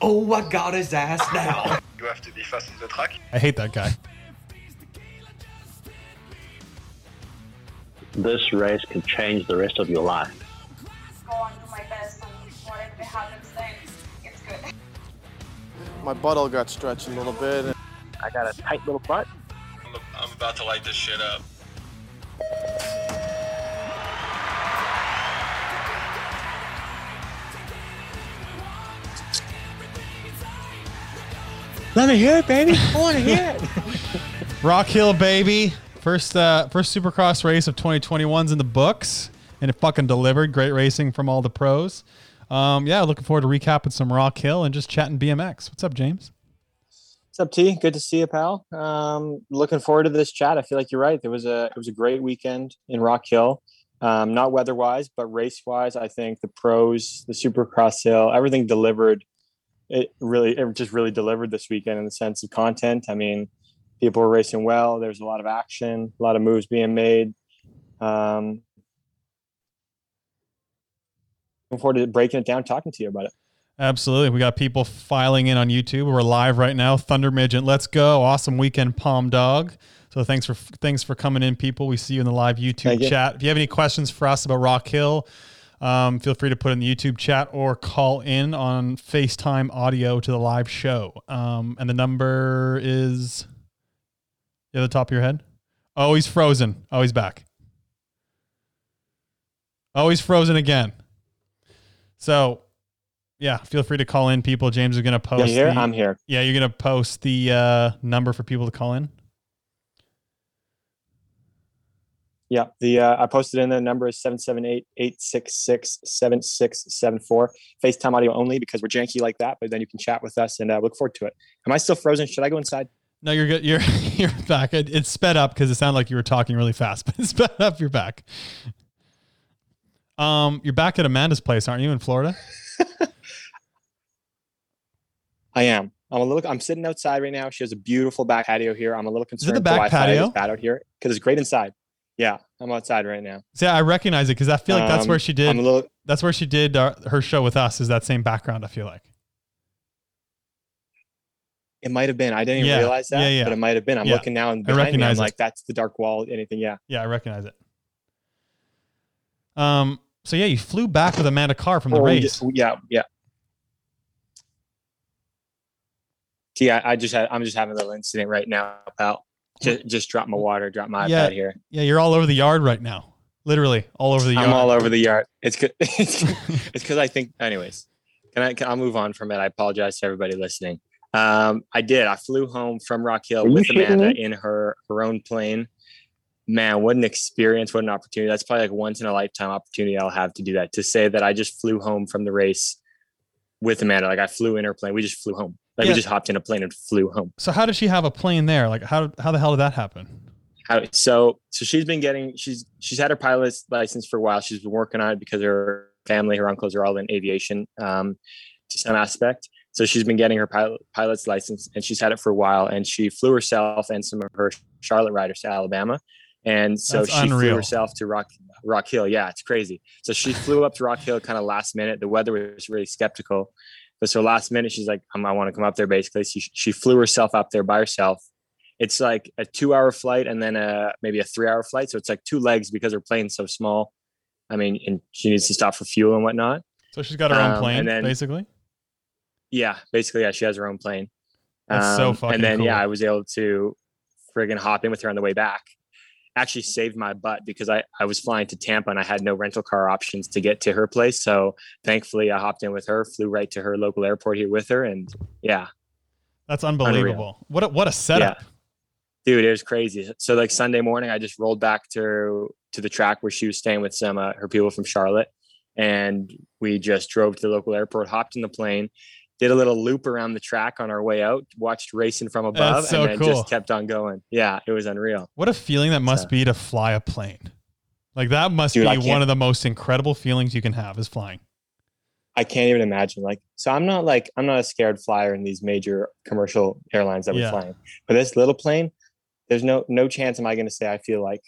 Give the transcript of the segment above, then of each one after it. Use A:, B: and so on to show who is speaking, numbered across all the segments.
A: Oh, I got his ass now.
B: You have to be fast on the track.
C: I hate that guy.
D: This race could change the rest of your life.
E: go on, do my best, and whatever happens then, it's good.
F: My bottle got stretched a little bit. And
D: I got a tight little butt.
B: I'm, I'm about to light this shit up.
C: Let me hear it, baby. I want to hear it. Rock Hill, baby. First, uh, first Supercross race of 2021's in the books, and it fucking delivered. Great racing from all the pros. Um, yeah, looking forward to recapping some Rock Hill and just chatting BMX. What's up, James?
G: What's up, T? Good to see you, pal. Um, looking forward to this chat. I feel like you're right. There was a it was a great weekend in Rock Hill. Um, not weather wise, but race wise, I think the pros, the Supercross Hill, everything delivered. It really, it just really delivered this weekend in the sense of content. I mean, people were racing well. There was a lot of action, a lot of moves being made. Um, looking forward to breaking it down, talking to you about it.
C: Absolutely. We got people filing in on YouTube. We're live right now. Thunder Midget, let's go. Awesome weekend, Palm Dog. So thanks for thanks for coming in, people. We see you in the live YouTube
G: Thank you.
C: chat. If you have any questions for us about Rock Hill, um, feel free to put in the YouTube chat or call in on FaceTime audio to the live show. Um, and the number is yeah, the top of your head. Oh, he's frozen. Oh, he's back. Oh, he's frozen again. So, yeah, feel free to call in, people. James is going to post.
G: You here?
C: the-
G: I'm here.
C: yeah, you're gonna post the uh, number for people to call in.
G: Yeah, the uh, I posted in the number is 778-866-7674. FaceTime audio only because we're janky like that, but then you can chat with us and uh, look forward to it. Am I still frozen? Should I go inside?
C: No, you're good. You're you're back. It, it sped up because it sounded like you were talking really fast, but it sped up. You're back. Um, you're back at Amanda's place, aren't you? In Florida.
G: I am. I'm a little I'm sitting outside right now. She has a beautiful back patio here. I'm a little
C: it
G: concerned
C: the back
G: Wi-Fi
C: patio?
G: is bad out here because it's great inside. Yeah, I'm outside right now.
C: So yeah, I recognize it because I feel like that's
G: Um,
C: where she
G: I'm
C: did.
G: a little
C: that's where she did uh, her show with us. Is that same background? I feel like.
G: it might have been. I didn't even
C: Yeah,
G: realize that,
C: yeah, yeah.
G: but it might have been. I'm
C: Yeah,
G: looking now and behind me,
C: recognize
G: I'm
C: it.
G: like, that's the dark wall, anything. Yeah.
C: Yeah, I recognize it. Um. So yeah, you flew back with Amanda Carr from the
G: Oh, we
C: race.
G: just- yeah, yeah. See, I, I just had I'm just having a little incident right now, pal. Just just drop my water, drop my
C: Yeah,
G: iPad here.
C: Yeah, you're all over the yard right now. Literally all over the yard.
G: I'm all over the yard. It's good. It's because I think. Anyways, can I? Can, I'll move on from it. I apologize to everybody listening. Um, I did. I flew home from Rock Hill
D: Are you
G: with
D: shitting
G: Amanda
D: me?
G: in her her own plane. Man, what an experience! What an opportunity! That's probably like once in a lifetime opportunity I'll have to do that. To say that I just flew home from the race with Amanda, like I flew in her plane. We just flew home. Like
C: Yeah.
G: we just hopped in a plane and flew home.
C: So how did she have a plane there? Like how how the hell did that happen?
G: how so so she's been getting she's she's had her pilot's license for a while she's been working on it because her family her uncles are all in aviation um to some aspect so she's been getting her pilot, pilot's license and she's had it for a while and she flew herself and some of her charlotte riders to alabama and so
C: That's
G: she
C: unreal.
G: flew herself to rock rock hill yeah it's crazy so she flew up to rock hill kind of last minute the weather was really skeptical but so last minute she's like um, i want to come up there basically she, she flew herself up there by herself it's like a two hour flight and then a maybe a three hour flight. So it's like two legs because her plane's so small. I mean, and she needs to stop for fuel and whatnot.
C: So she's got her own
G: Um,
C: plane,
G: and then-
C: basically.
G: Yeah, basically, yeah, she has her own plane. Um,
C: That's so fucking
G: And then yeah,
C: cool.
G: I was able to friggin' hop in with her on the way back. Actually saved my butt because I, I was flying to Tampa and I had no rental car options to get to her place. So thankfully I hopped in with her, flew right to her local airport here with her. And yeah,
C: That's unbelievable. What a, what a setup.
G: dude it was crazy so like sunday morning i just rolled back to to the track where she was staying with some uh, her people from charlotte and we just drove to the local airport hopped in the plane did a little loop around the track on our way out watched racing from above
C: so
G: and then
C: cool.
G: just kept on going yeah it was unreal
C: What a feeling that must
G: So-
C: be to fly a plane. Like that must
G: Dude, I
C: be one
G: can't-
C: of the most incredible feelings you can have is flying.
G: i can't even imagine like so i'm not like i'm not a scared flyer in these major commercial airlines that we're
C: Yeah.
G: flying but this little plane there's no no chance am i going to say i feel like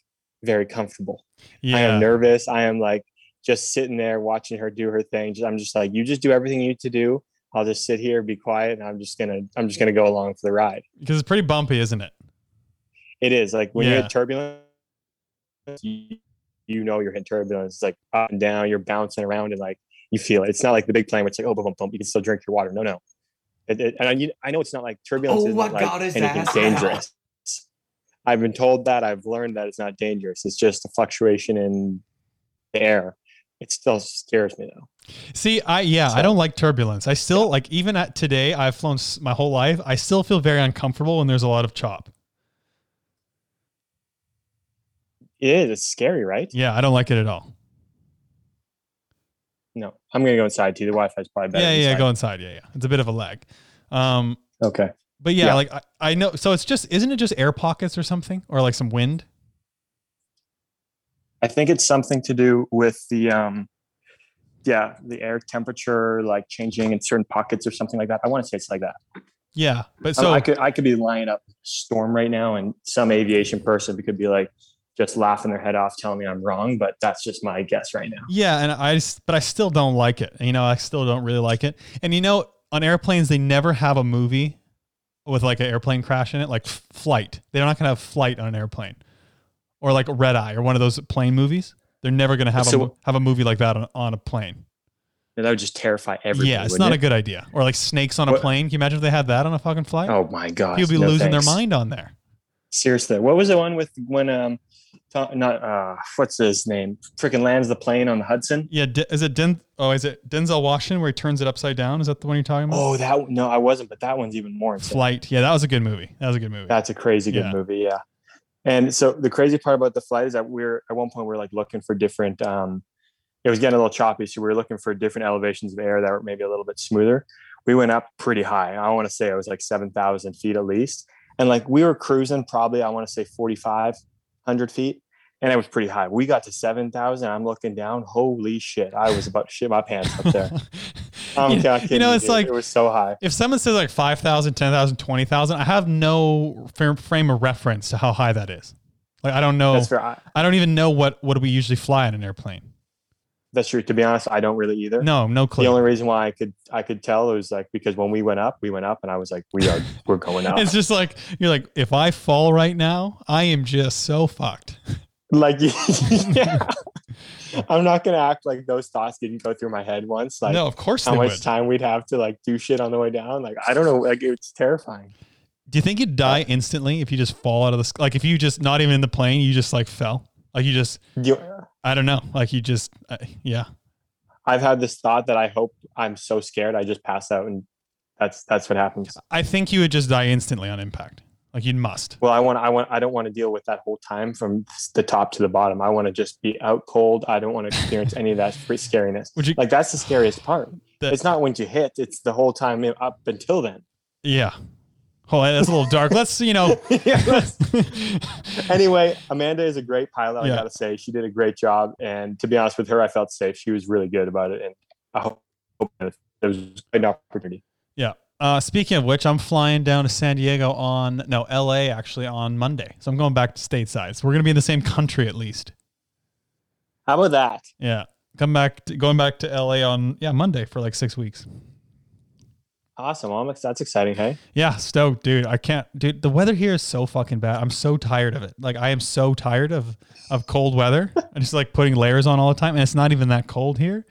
G: very comfortable I am
C: Yeah.
G: nervous. I am like just sitting there watching her do her thing. Just- I'm just like, you just do everything you need to do. I'll just sit here, be quiet, and I'm just gonna I'm just gonna go along for the ride.
C: Because it's pretty bumpy, isn't it?
G: It is like when you
C: Yeah.
G: hit turbulence, you, you know you're hitting turbulence. It's like up and down, you're bouncing around, and like you feel it. It's not like the big plane where it's like oh, bump, bump, you can still drink your water. No, no. It, it, and I, you- I know it's not like turbulence.
A: Oh
G: isn't
A: my
G: like
A: God, is
G: anything
A: that-
G: dangerous? I've been told that. I've learned that it's not dangerous. It's just a fluctuation in the air. It still scares me though.
C: See, I yeah, I
G: So-
C: don't like turbulence. I still like even at today. I've flown s- my whole life. I still feel very uncomfortable when there's a lot of chop.
G: It is. It's scary, right?
C: Yeah, I don't like it at all.
G: No, I'm gonna go inside too. The Wi-Fi is probably better.
C: yeah, yeah,
G: inside.
C: go inside. Yeah, yeah. It's a bit of a lag. Um,
G: Okay.
C: but yeah,
G: Yeah.
C: like I, I know. So it's just isn't it just air pockets or something or like some wind?
G: I think it's something to do with the um yeah, the air temperature like changing in certain pockets or something like that. I want to say it's like that.
C: Yeah, but
G: So
C: so
G: I could I could be lining up storm right now and some aviation person could be like just laughing their head off telling me I'm wrong, but that's just my guess right now.
C: yeah, and I s- but I still don't like it. You know, I still don't really like it. And you know, on airplanes they never have a movie with like an airplane crash in it, like f- flight. They're not gonna have flight on an airplane, or like Red Eye or one of those plane movies. They're never gonna have a
G: So-
C: mo- have a movie like that on, on a plane.
G: And that would just terrify everybody.
C: yeah, it's not a
G: wouldn't
C: good idea. Or like snakes on a
G: What-
C: plane. Can you imagine if they had that on a fucking
G: it?
C: flight?
G: Oh my god.
C: People be
G: no
C: losing
G: thanks.
C: their mind on there.
G: Seriously, what was the one with when um, Tom, not uh, what's his name? Freaking lands the plane on the Hudson.
C: Yeah, De- is it Den? Oh, is it Denzel Washington where he turns it upside down? Is that the one you're talking about?
G: Oh, that no, I wasn't, but that one's even more insane.
C: Flight. Yeah, that was a good movie. That was a good movie.
G: That's a crazy good
C: Yeah.
G: movie, yeah. And so the crazy part about the flight is that we're at one point we are like looking for different. um It was getting a little choppy, so we were looking for different elevations of air that were maybe a little bit smoother. We went up pretty high. I want to say it was like seven thousand feet at least, and like we were cruising probably I want to say forty five hundred feet, and it was pretty high. We got to seven thousand. I'm looking down. Holy shit! I was about to shit my pants up there. I'm
C: you,
G: not
C: you
G: kidding
C: know, it's
G: dude.
C: like
G: it was so high.
C: if someone says like 5,000, 10,000, 20,000, I have no fir- frame of reference to how high that is. Like, I don't know.
G: That's fair. I,
C: I don't even know what, what do we usually fly on an airplane.
G: that's true. To be honest, I don't really either.
C: No, no clue.
G: The only reason why I could I could tell was like because when we went up, we went up, and I was like, we are we're going up.
C: it's just like, you're like, if I fall right now, I am just so fucked.
G: like, yeah, I'm not gonna act like those thoughts didn't go through my head once. Like
C: no, of course
G: how
C: they
G: much
C: would.
G: time we'd have to like do shit on the way down. Like I don't know. Like it's terrifying.
C: Do you think you'd die instantly if you just fall out of the sky? Like if you just not even in the plane, you just like fell. Like you just,
G: You,
C: I don't know. Like you just, uh, yeah.
G: I've had this thought that I hope I'm so scared I just pass out, and that's that's what happens.
C: I think you would just die instantly on impact. Like you must.
G: Well, I want I want I don't want to deal with that whole time from the top to the bottom. I want to just be out cold. I don't want to experience any of that fr- scariness.
C: Would you?
G: Like that's the scariest part.
C: that,
G: it's not when you hit; it's the whole time i- up until then.
C: yeah. Hold on, that's a little dark. Let's you know.
G: anyway, Amanda is a great pilot.
C: Yeah.
G: I gotta say, she did a great job. And to be honest with her, I felt safe. She was really good about it, and I hope hope that it was an opportunity.
C: uh, speaking of which, I'm flying down to San Diego on no L.A. actually on Monday, so I'm going back to stateside. So we're gonna be in the same country at least.
G: How about that?
C: Yeah, come back, to, going back to L.A. on yeah Monday for like six weeks.
G: Awesome, Omics. That's exciting. Hey,
C: Yeah, stoked, dude. I can't, dude. The weather here is so fucking bad. I'm so tired of it. Like, I am so tired of of cold weather. I just like putting layers on all the time, and it's not even that cold here.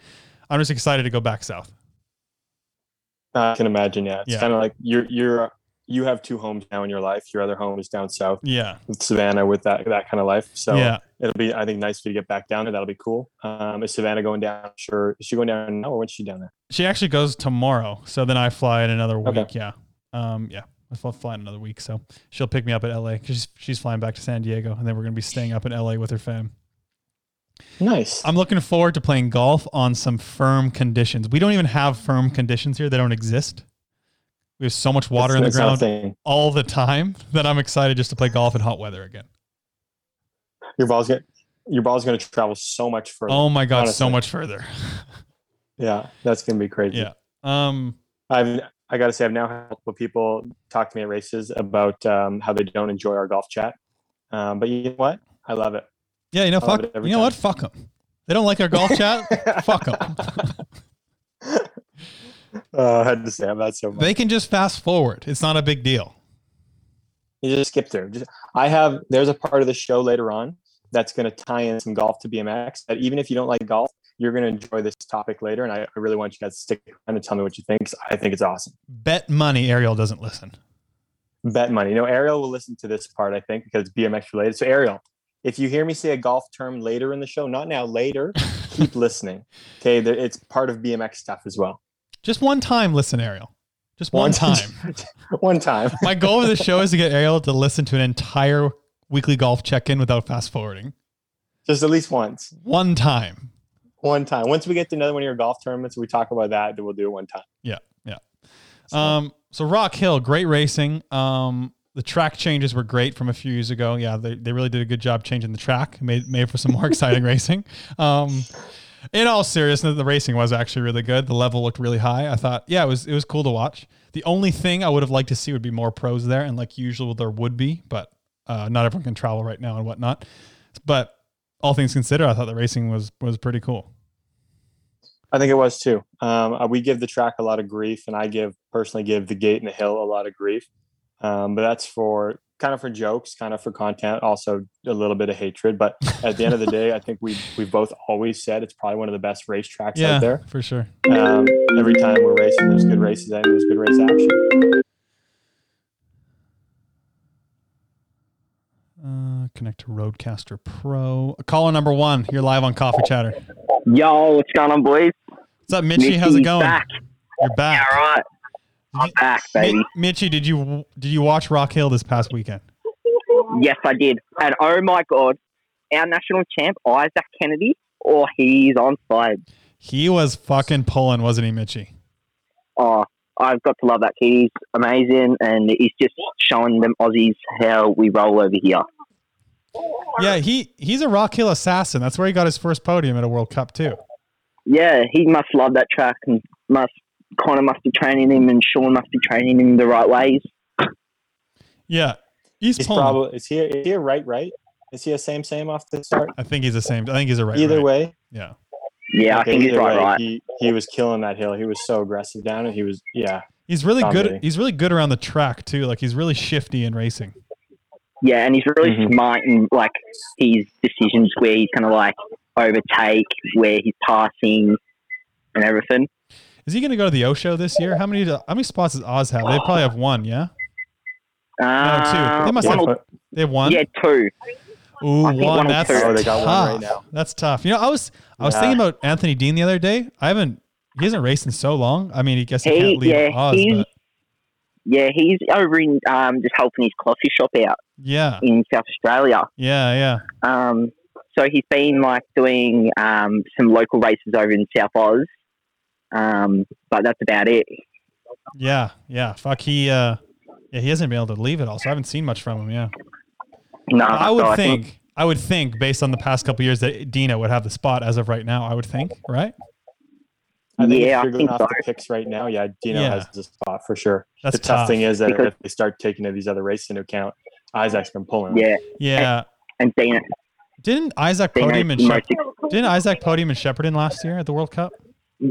C: I'm just excited to go back south.
G: I can imagine. Yeah, it's
C: Yeah.
G: kind of like you're you're you have two homes now in your life. Your other home is down south,
C: Yeah,
G: with Savannah, with that that kind of life. So
C: yeah.
G: it'll be, I think, nice for you to get back down there. That'll be cool. Um, is Savannah going down? Sure. Is she going down now, or when's she down there?
C: She actually goes tomorrow, so then I fly in another week.
G: Okay.
C: Yeah, um, yeah. I'll fly in another week, so she'll pick me up at L.A. 'cause she's she's flying back to San Diego, and then we're gonna be staying up in L.A. with her fam.
G: Nice.
C: I'm looking forward to playing golf on some firm conditions. We don't even have firm conditions here; they don't exist. We have so much water in the
G: It's- it's not a
C: ground.
G: thing.
C: all the time that I'm excited just to play golf in hot weather again.
G: Your ball's gonna your ball's gonna travel so much further.
C: Oh my god, so
G: Honestly.
C: much further.
G: Yeah, that's gonna be crazy.
C: Yeah. Um
G: I've I gotta say I've now had multiple people talk to me at races about um, how they don't enjoy our golf chat. Um, but you know what? I love it.
C: yeah, you know
G: I
C: fuck
G: love it
C: you know
G: every
C: what? Fuck them. They don't like our golf chat. fuck them.
G: Uh, I had to say that so much.
C: They can just fast forward. It's not a big deal.
G: You just skip through. Just, I have there's a part of the show later on that's going to tie in some golf to BMX. That even if you don't like golf, you're going to enjoy this topic later. And I, I really want you guys to stick around and tell me what you think. 'cause I think it's awesome.
C: Bet money Ariel doesn't listen.
G: Bet money. No, Ariel will listen to this part, I think, because it's BMX related. So Ariel, if you hear me say a golf term later in the show, not now, later, keep listening. Okay, there, it's part of BMX stuff as well.
C: Just one time listen, Ariel. Just one time.
G: one time.
C: My goal of the show is to get Ariel to listen to an entire weekly golf check-in without fast forwarding.
G: Just at least once.
C: One time.
G: One time. Once we get to another one of your golf tournaments, we talk about that. Then we'll do it one time.
C: Yeah, yeah.
G: So-
C: Um, so Rock Hill, great racing. Um, the track changes were great from a few years ago. Yeah, they, they really did a good job changing the track. Made made for some more exciting racing. Um, in all seriousness, the racing was actually really good. The level looked really high. I thought, yeah, it was it was cool to watch. The only thing I would have liked to see would be more pros there, and like usual, there would be, but uh, not everyone can travel right now and whatnot. But all things considered, I thought the racing was was pretty cool.
G: I think it was too. Um, uh, we give the track a lot of grief, and I give personally give the gate and the hill a lot of grief. Um, but that's for kind of for jokes, kind of for content, also a little bit of hatred. But at the end of the day, I think we we've both always said it's probably one of the best racetracks
C: Yeah,
G: out there.
C: for sure.
G: Um, every time we're racing, there's good races and there's good race action.
C: Uh, connect to Roadcaster Pro. Caller number one, you're live on Coffee Chatter.
H: Yo, what's going on, boys?
C: What's up, Mitchie? How's it
H: Mitchie's
C: going?
H: Back.
C: You're back.
H: All right, I'm back,
C: Mi-
H: baby.
C: Mitchie, did you did you watch Rock Hill this past weekend?
H: Yes, I did. And oh my god, our national champ Isaac Kennedy, oh he's on fire.
C: He was fucking pulling, wasn't he, Mitchie?
H: Oh, I've got to love that kid. He's amazing, and he's just showing them Aussies how we roll over here.
C: Yeah, he he's a Rock Hill assassin. That's where he got his first podium at a World Cup too.
H: Yeah, he must love that track, and must Connor must be training him, and Sean must be training him the right ways.
C: Yeah, he's,
G: He's
C: pulling.
G: probably is he is he a right right? Is he a same same off the start?
C: I think he's the same. I think he's a right.
G: either
C: right.
G: way,
C: Yeah.
H: Yeah, I
G: Okay,
H: think he's
G: either
H: right,
G: way,
H: right.
G: He he was killing that hill. He was so aggressive down, and he was yeah.
C: He's really good.
G: Dominating.
C: He's really good around the track too. Like he's really shifty in racing.
H: Yeah, and he's really
C: Mm-hmm.
G: Mhm.
H: smart in like his decisions where he's gonna like overtake, where he's passing, and everything.
C: Is he going to go to the O Show this year? How many do- how many spots does Oz have? They probably have one. Yeah,
H: Uh,
C: Oh, two. They must
H: one
C: have
H: or-
C: they have one.
H: yeah, two.
C: Ooh,
H: I
C: one.
H: think one or
C: That's
H: two.
C: tough.
H: Oh,
G: they got one right now.
C: That's tough. You know, I was I was
G: Yeah.
C: thinking about Anthony Dean the other day. I haven't. He hasn't raced in so long. I mean, I guess he,
H: He-
C: can't leave
H: yeah,
C: Oz,
H: he's-
C: but
H: Yeah, he's over in um, just helping his coffee shop out
C: yeah,
H: in South Australia.
C: yeah, yeah.
H: Um, so he's been like doing um, some local races over in South Oz, um, but that's about it.
C: Yeah, yeah. Fuck, he uh yeah, he hasn't been able to leave at all. So I haven't seen much from him. Yeah,
H: No,
C: I would
H: Uh, so
C: think, I would think based on the past couple years that Dino would have the spot as of right now. I would think, right?
G: I think if
H: Yeah, I
G: you're going
H: think
G: off
H: so.
G: the picks right now, yeah, Dino
C: Yeah.
G: has the spot for sure.
C: That's
G: the tough,
C: tough.
G: thing is that
H: Because-
G: if they start taking these other races into account, Isaac's been pulling.
H: Yeah,
C: Yeah.
H: and Dino,
C: Didn't Isaac podium
H: Dino's
C: and
H: the most.
C: Shep- didn't Isaac podium and Shepardin last year at the World Cup?
H: Uh,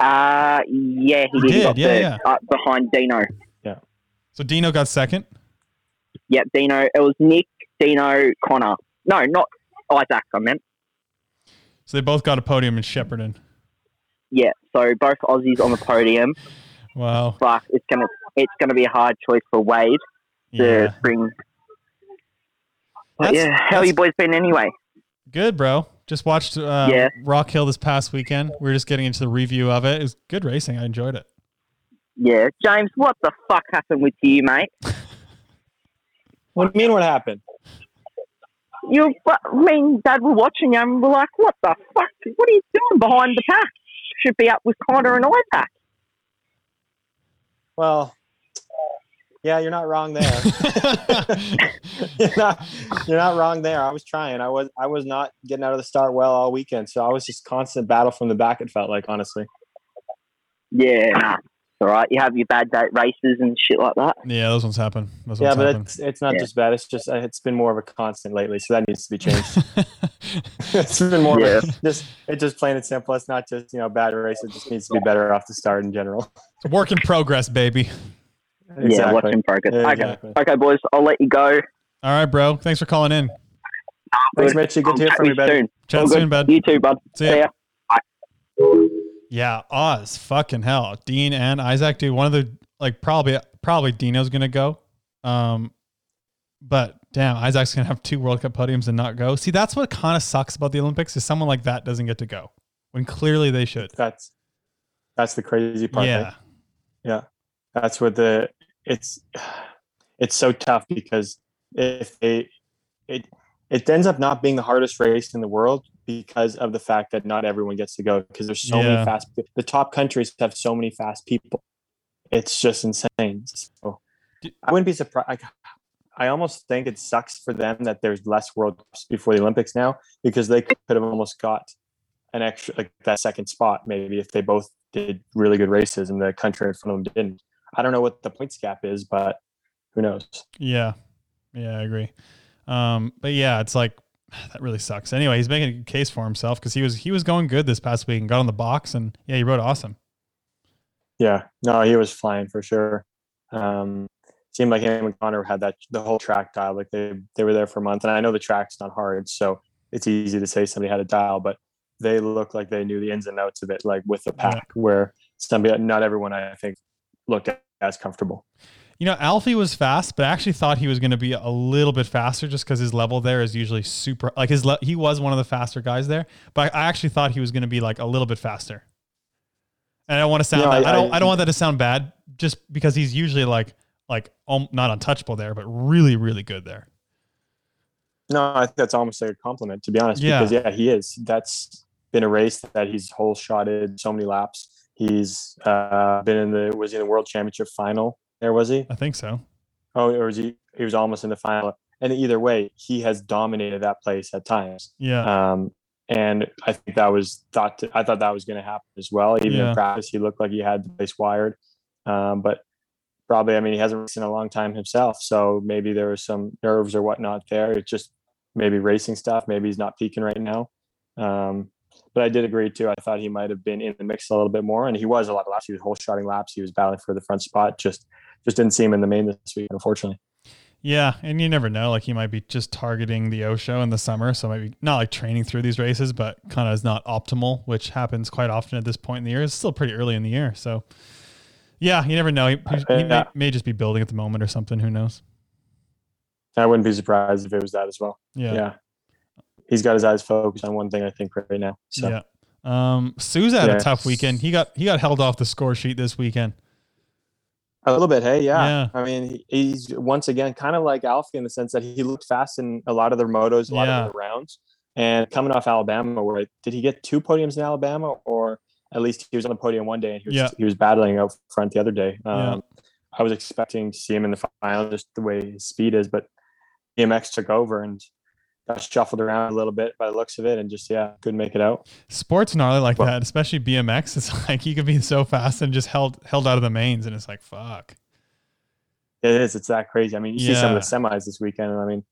H: yeah, he
C: He
H: did. He
C: did,
H: got
C: yeah,
H: third,
C: yeah.
H: uh, behind Dino.
C: So Dino got second.
H: Yep, Dino. It was Nick, Dino, Connor. No, not Isaac. I meant.
C: So they both got a podium in Shepardin.
H: Yeah. So both Aussies on the podium.
C: Wow.
H: Fuck, it's gonna it's gonna be a hard choice for Wade
C: Yeah.
H: to bring. But
C: That's-
H: yeah, how
C: that's-
H: you boys been anyway?
C: Good, bro. Just watched uh,
H: Yeah.
C: Rock Hill this past weekend. We were just getting into the review of it. It was good racing. I enjoyed it.
H: Yeah, James, what the fuck happened with you, mate?
G: What do you mean? What happened?
H: You, I mean, Dad were watching you and we're like, what the fuck? What are you doing behind the pack? Should be up with Connor and Isaac.
G: Well, yeah, you're not wrong there. you're not you're not wrong there. I was trying. I was I was not getting out of the start well all weekend, so I was just constant battle from the back. It felt like honestly.
H: Yeah, nah. all right. You have your bad date races and shit like that.
C: Yeah, those ones happen. Those
G: yeah,
C: ones
G: but
C: happen.
G: it's it's not
H: Yeah.
G: just bad. It's just uh, it's been more of a constant lately, so that needs to be changed. it's been more
H: Yeah.
G: of a, just it just plain and simple. It's not just you know bad race. It just needs to be better off the start in general.
C: It's a work in progress, baby.
H: Yeah,
G: Exactly.
H: watching progress.
G: Yeah,
H: okay,
G: exactly.
H: okay, boys. I'll let you go.
C: All right, bro. Thanks for calling in.
G: Thanks, Mitchy. Good
H: I'll
G: to hear
H: chat
G: from
H: with
G: you, buddy.
H: soon.
C: Chat
H: All good.
C: soon, bud.
H: You too, bud.
C: See ya.
H: ya.
C: Yeah, Oz, fucking hell. Dean and Isaac, dude. One of the like probably probably Dino's gonna go. Um but damn, Isaac's gonna have two World Cup podiums and not go. See, that's what kind of sucks about the Olympics is someone like that doesn't get to go. When clearly they should.
G: That's that's the crazy part.
C: yeah.
G: right? that's where the it's it's so tough because if they it it ends up not being the hardest race in the world because of the fact that not everyone gets to go because there's so
C: Yeah.
G: many fast the top countries have so many fast people it's just insane so
C: Do-
G: i wouldn't be surprised I, I almost think it sucks for them that there's less world cups before the olympics now because they could have almost got an extra like that second spot maybe if they both did really good races and the country in front of them didn't i don't know what the points gap is but who knows
C: Yeah. Yeah, I agree. Um, but yeah, it's like that really sucks. Anyway, he's making a case for himself because he was he was going good this past week and got on the box and yeah, he rode awesome.
G: Yeah, no, he was flying for sure. Um, seemed like him and Connor had that the whole track dial. Like they they were there for a month, and I know the track's not hard, so it's easy to say somebody had a dial, but they looked like they knew the ins and outs of it, like with the
C: Yeah.
G: pack, where somebody, not everyone, I think, looked as comfortable.
C: You know, Alfie was fast, but I actually thought he was going to be a little bit faster just because his level there is usually super. Like his le- he was one of the faster guys there, but I, I actually thought he was going to be like a little bit faster. And I don't want to sound
G: No,
C: that, I,
G: I-
C: don't I,
G: I-
C: don't want that to sound bad just because he's usually like like um, not untouchable there, but really really good there.
G: No, I think that's almost like a compliment, to be honest.
C: Yeah.
G: Because yeah, he is. That's been a race that he's whole shotted so many laps. He's uh, been in the was he in the world championship final? There was he?
C: I think so.
G: Oh, or was he? He was almost in the final. And either way, he has dominated that place at times.
C: Yeah.
G: Um, and I think that was thought. To, I thought that was going to happen as well. Even
C: Yeah.
G: in practice, he looked like he had the place wired. Um, but probably, I mean, he hasn't raced in a long time himself, so maybe there was some nerves or whatnot there. It's just maybe racing stuff. Maybe he's not peaking right now. Um, but I did agree too. I thought he might have been in the mix a little bit more, and he was a lot of laps. He was whole shotting laps. He was battling for the front spot. Just, just didn't see him in the main this week, unfortunately.
C: Yeah, and you never know. Like he might be just targeting the Osho in the summer, so maybe not like training through these races, but kind of is not optimal, which happens quite often at this point in the year. It's still pretty early in the year, so yeah, you never know. He, he, he may,
G: Yeah.
C: may just be building at the moment or something. Who knows?
G: I wouldn't be surprised if it was that as well.
C: Yeah,
G: Yeah. He's got his eyes focused on one thing, I think, right now. So
C: yeah. Um, Sue's had
G: Yeah.
C: a tough weekend. He got he got held off the score sheet this weekend.
G: a little bit, hey, yeah.
C: Yeah.
G: I mean, he- he's once again kind of like Alfie in the sense that he looked fast in a lot of their motos, a lot
C: Yeah.
G: of their rounds. And coming off Alabama, where did he get two podiums in Alabama, or at least he was on the podium one day and he was
C: Yeah.
G: he was battling out front the other day.
C: Yeah.
G: Um, I was expecting to see him in the final, just the way his speed is, but DMX took over and got shuffled around a little bit by the looks of it, and just yeah, couldn't make it out.
C: Sports gnarly like
G: Well-
C: that, especially BMX. It's like you could be so fast and just held held out of the mains, and it's like fuck.
G: It is. It's that crazy. I mean, you see some of the
C: Yeah.
G: semis this weekend, and I mean,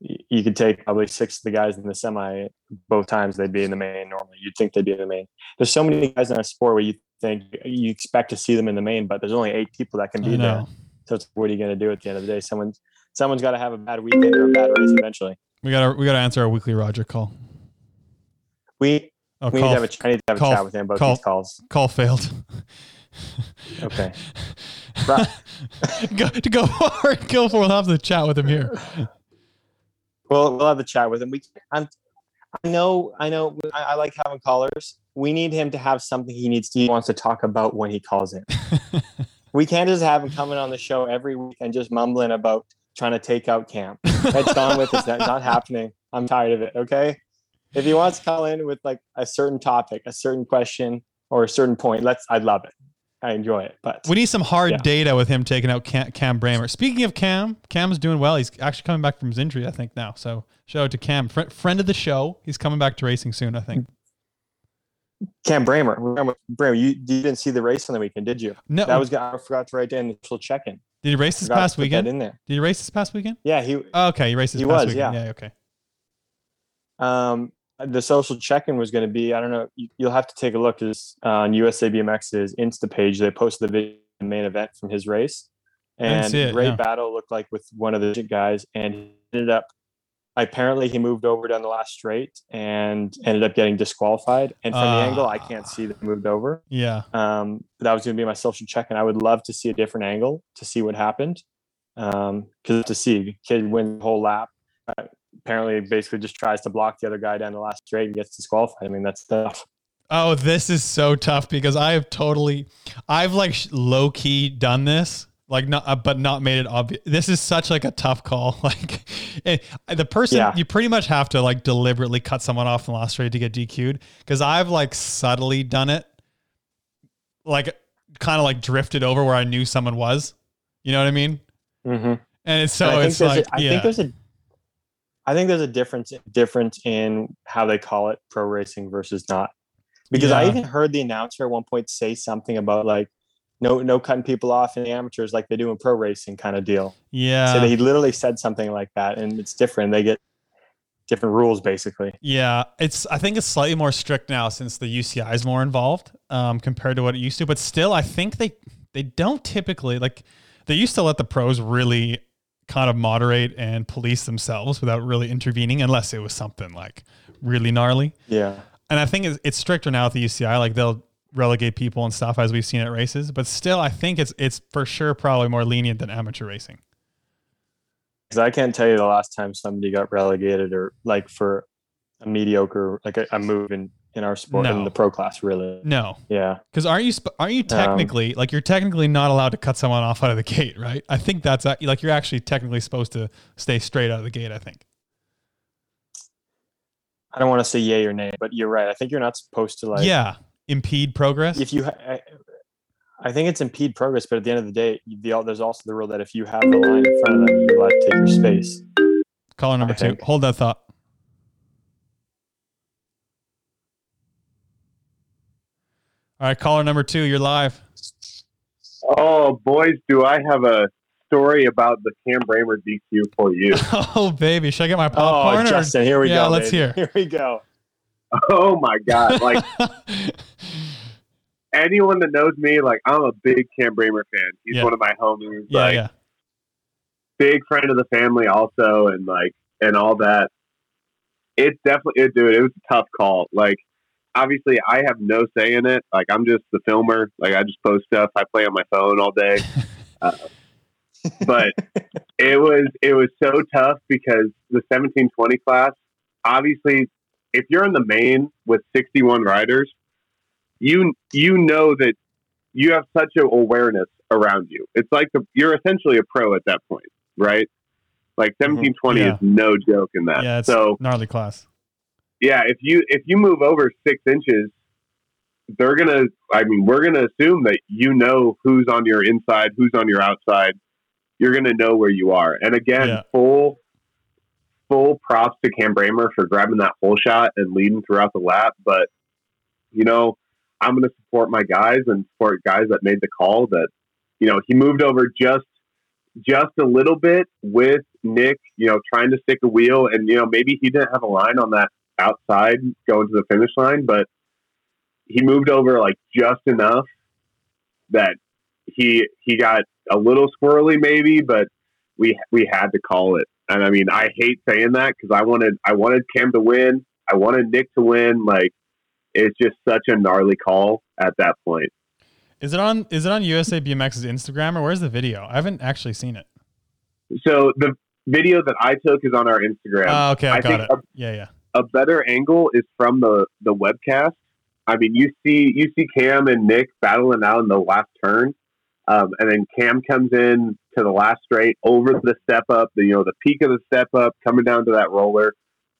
G: y- you could take probably six of the guys in the semi both times. They'd be in the main normally. You'd think they'd be in the main. There's so many guys in our sport where you think you expect to see them in the main, but there's only eight people that can
C: I
G: be there.
C: know.
G: So it's, what are you going to do at the end of the day? Someone, someone's got to have a bad weekend or a bad race eventually.
C: We gotta we gotta answer our weekly Roger call.
G: We
C: Oh,
G: we need to
C: call,
G: have a I need to have
C: call-
G: a chat with him about
C: call-
G: these calls.
C: call failed.
G: Okay.
C: Bru- go, to go for it, go for it. We'll have to chat with him here.
G: Well, we'll have a chat with him. We, I'm, I know, I know. I, I like having callers. We need him to have something he needs. He wants to talk about when he calls in. we can't just have him coming on the show every week and just mumbling about trying to take out camp. That's gone with us. That's not happening. I'm tired of it. Okay. If he wants to call in with like a certain topic, a certain question, or a certain point, let's. I love it. I enjoy it. But
C: We need some hard
G: Yeah.
C: data with him taking out Cam, Cam Bramer. Speaking of Cam, Cam's doing well. He's actually coming back from his injury, I think, now. So shout out to Cam, Fri friend of the show. He's coming back to racing soon, I think.
G: Cam Bramer, Bramer, Bramer you, you didn't see the race on the weekend, did you?
C: No,
G: That was I forgot to write down the initial check in.
C: did you race this past weekend?
G: in there.
C: Did you race this past weekend?
G: Yeah, he
C: Oh, okay, you raced this
G: He
C: past
G: was,
C: weekend. Yeah. okay.
G: um the social check-in was going to be i don't know you, you'll have to take a look 'cause uh, on usa bmx's insta page they posted the video of the main event from his race
C: didn't
G: and
C: see it,
G: ray
C: no.
G: battle looked like with one of the guys and he ended up apparently he moved over down the last straight and ended up getting disqualified and from
C: Ah.
G: the angle i can't see that he moved over
C: Yeah.
G: um that was going to be my social check-in i would love to see a different angle to see what happened um because to see kid win the whole lap uh, apparently basically just tries to block the other guy down the last straight and gets disqualified i mean that's tough
C: Oh, this is so tough because I have totally, I've like low key done this, like not, uh, but not made it obvious. This is such like a tough call. Like, and the person
G: Yeah.
C: you pretty much have to like deliberately cut someone off in the last straight to get DQ'd. Because I've like subtly done it, like kind of like drifted over where I knew someone was. You know what I mean?
G: mm-hmm.
C: And it's so
G: I think
C: it's
G: there's
C: like
G: a, I
C: yeah,
G: think there's a i think there's a difference difference in how they call it pro racing versus not because i
C: Yeah.
G: even heard the announcer at one point say something about like no no cutting people off in the amateurs like they do in pro racing kind of deal
C: yeah.
G: so he literally said something like that, and it's different. They get different rules basically.
C: Yeah, it's. I think it's slightly more strict now since the UCI is more involved um, compared to what it used to. But still, I think they they don't typically like they used to let the pros really kind of moderate and police themselves without really intervening unless it was something like really gnarly.
G: Yeah,
C: And I think it's, it's stricter now at the UCI. Like they'll relegate people and stuff as we've seen at races. But still, I think it's it's for sure probably more lenient than amateur racing.
G: because I can't tell you the last time somebody got relegated or like for a mediocre like a, a move in in our sport
C: No.
G: in the pro class. Really,
C: No,
G: yeah,
C: Because aren't you sp- aren't you technically like you're technically not allowed to cut someone off out of the gate, right? I think that's ac- like you're actually technically supposed to stay straight out of the gate. I think.
G: I don't want to say yay or nay, but you're right. I think you're not supposed to like.
C: yeah, impede progress.
G: if you. Ha- I, I think it's impede progress, but at the end of the day, the, there's also the rule that if you have the line in front of them, you're allowed to take your space.
C: Caller number
G: I
C: two,
G: think.
C: hold that thought. All right, caller number two, you're live.
I: Oh, boys, do I have a story about the Cam Bramer DQ for you.
C: Oh baby, should I get my
G: Oh,
C: popcorn? or-
G: Justin, here we
C: yeah,
G: go.
C: let's
G: baby.
C: hear.
G: Here we go.
I: Oh my God. Like anyone that knows me, like I'm a big Cam Bramer fan. He's
C: Yeah.
I: one of my homies.
C: yeah,
I: like
C: yeah,
I: big friend of the family also and like and all that. It's definitely it dude, it was a tough call. Like obviously I have no say in it. Like I'm just the filmer. Like I just post stuff. I play on my phone all day. Uh, but it was it was so tough because the seventeen twenty class, obviously if you're in the main with sixty one riders, you you know that you have such an awareness around you. It's like the, you're essentially a pro at that point, right? Like 1720
C: Mm-hmm. Yeah.
I: is no joke in that.
C: yeah. It's
I: so
C: gnarly class.
I: yeah, if you if you move over six inches, they're gonna. I mean, we're gonna assume that you know who's on your inside, who's on your outside. You're gonna know where you are. And again,
C: Yeah.
I: full full props to Cam Bramer for grabbing that whole shot and leading throughout the lap. But you know, I'm gonna support my guys and support guys that made the call. That you know, he moved over just just a little bit with Nick. You know, trying to stick a wheel, and you know, maybe he didn't have a line on that outside going to the finish line, but he moved over like just enough that he he got a little squirrely maybe, but we we had to call it. And I mean, I hate saying that because I wanted I wanted Cam to win, I wanted Nick to win. Like it's just such a gnarly call at that point.
C: Is it on? Is it on USA BMX's Instagram or where's the video? I haven't actually seen it.
I: So the video that I took is on our Instagram.
C: Oh, okay, I,
I: I
C: got
I: think
C: it. yeah, yeah.
I: a better angle is from the the webcast. I mean, you see you see Cam and Nick battling out in the last turn, um, and then Cam comes in to the last straight over the step up, the you know the peak of the step up, coming down to that roller,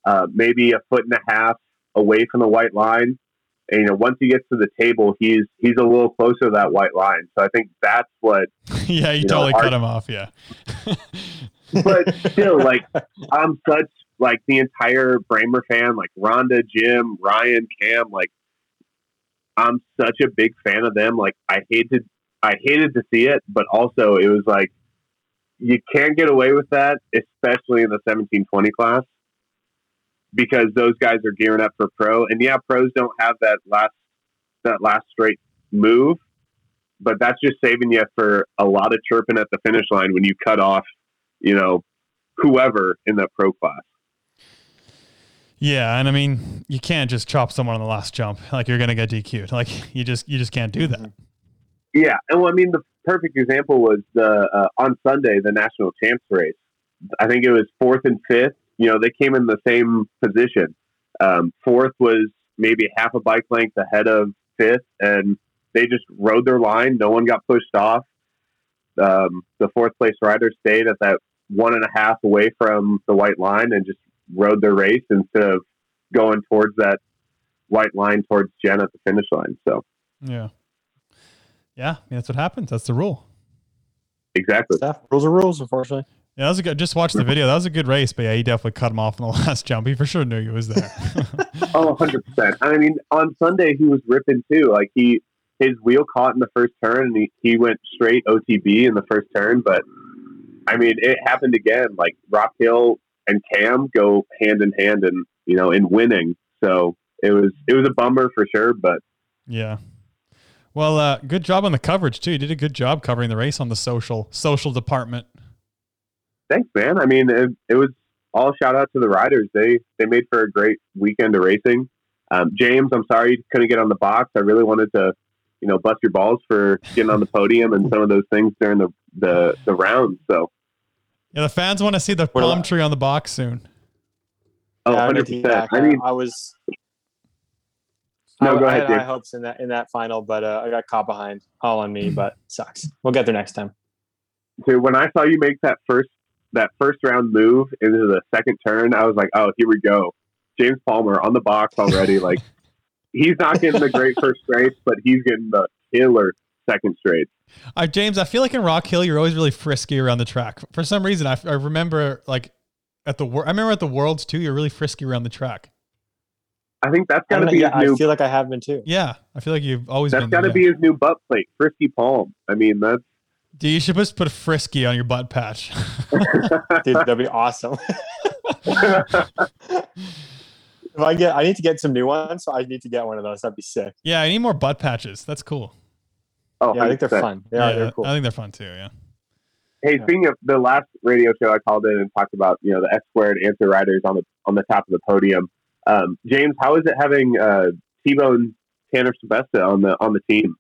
I: uh, maybe a foot and a half away from the white line. And, you know, once he gets to the table, he's he's a little closer to that white line. So I think that's what
C: yeah, you,
I: You know,
C: totally
I: our-
C: cut him off. Yeah.
I: but still, like I'm such like the entire Bramer fan, like Rhonda, Jim, Ryan, Cam, like I'm such a big fan of them. Like I hated I hated to see it, but also it was like you can't get away with that, especially in the 1720 class, because those guys are gearing up for pro. And yeah, pros don't have that last that last straight move, but that's just saving you for a lot of chirping at the finish line when you cut off, you know, whoever in that pro class.
C: Yeah, and I mean, you can't just chop someone on the last jump. Like you're gonna get DQ'd. Like you just you just can't do that.
I: Yeah, and well, I mean, the perfect example was the uh, on Sunday the national champs race. I think it was fourth and fifth. You know, they came in the same position. Um, fourth was maybe half a bike length ahead of fifth, and they just rode their line. No one got pushed off. Um, the fourth place rider stayed at that one and a half away from the white line and just rode their race instead of going towards that white line towards Jen at the finish line. So
C: Yeah. Yeah, I mean, that's what happens. That's the rule.
I: exactly.
G: Yeah, rules are rules, unfortunately.
C: Yeah, that was a good. Just watch the video. That was a good race, but yeah, he definitely cut him off on the last jump. He for sure knew he was there.
I: Oh, 100%. I mean, on Sunday, he was ripping too. Like, he, his wheel caught in the first turn and he, he went straight OTB in the first turn. But, I mean, it happened again. Like, Rock Hill and Cam go hand in hand and, you know, in winning. So it was, it was a bummer for sure. But
C: yeah. Well, uh, good job on the coverage too. You did a good job covering the race on the social social department.
I: thanks, man. I mean, it, it was all shout out to the riders. They, they made for a great weekend of racing. Um, James, I'm sorry you couldn't get on the box. I really wanted to, you know, bust your balls for getting on the podium and some of those things during the, the, the round. So,
C: Yeah, the fans want to see the
G: What
C: palm
G: about-
C: tree on the box soon.
I: Oh,
G: Yeah, I need
I: 100
G: to get
I: percent.
G: back.
I: I mean,
G: I was.
I: No,
G: I,
I: go
G: I
I: ahead,
G: had high
I: Dave.
G: hopes in that in that final, but uh, I got caught behind. All on
I: Hmm.
G: me, but sucks. We'll get there next time.
I: dude, when I saw you make that first that first round move into the second turn, I was like, oh, here we go. James Palmer on the box already. like, he's not getting the great first straights, but he's getting the killer second straights.
C: Uh, James, I feel like in Rock Hill, you're always really frisky around the track. For some reason, I, I remember like at the wor- I remember at the Worlds too. You're really frisky around the track.
I: I think that's
G: I,
I: got to
G: don't know,
I: be
G: yeah, I
I: his new.
G: feel like I have been too.
C: Yeah, I feel like you've always
I: That's
C: been.
I: got to
C: yeah.
I: be his new butt plate, Frisky Palm. I mean, that's
C: Dude, you should just put frisky on your butt patch.
G: Dude, that'd be awesome. if I get, I need to get some new ones. So I need to get one of those. That'd be sick.
C: yeah, I need more butt patches. That's cool.
I: oh,
G: Yeah, I think they're
I: 100%.
G: fun. They are.
C: Yeah,
G: They're cool.
C: I think they're fun too. Yeah.
I: Hey,
G: Yeah.
I: speaking of the last radio show, I called in and talked about you know the X squared answer riders on the on the top of the podium. Um, James, how is it having uh, T Bone Tanner Sebesta on the on the team?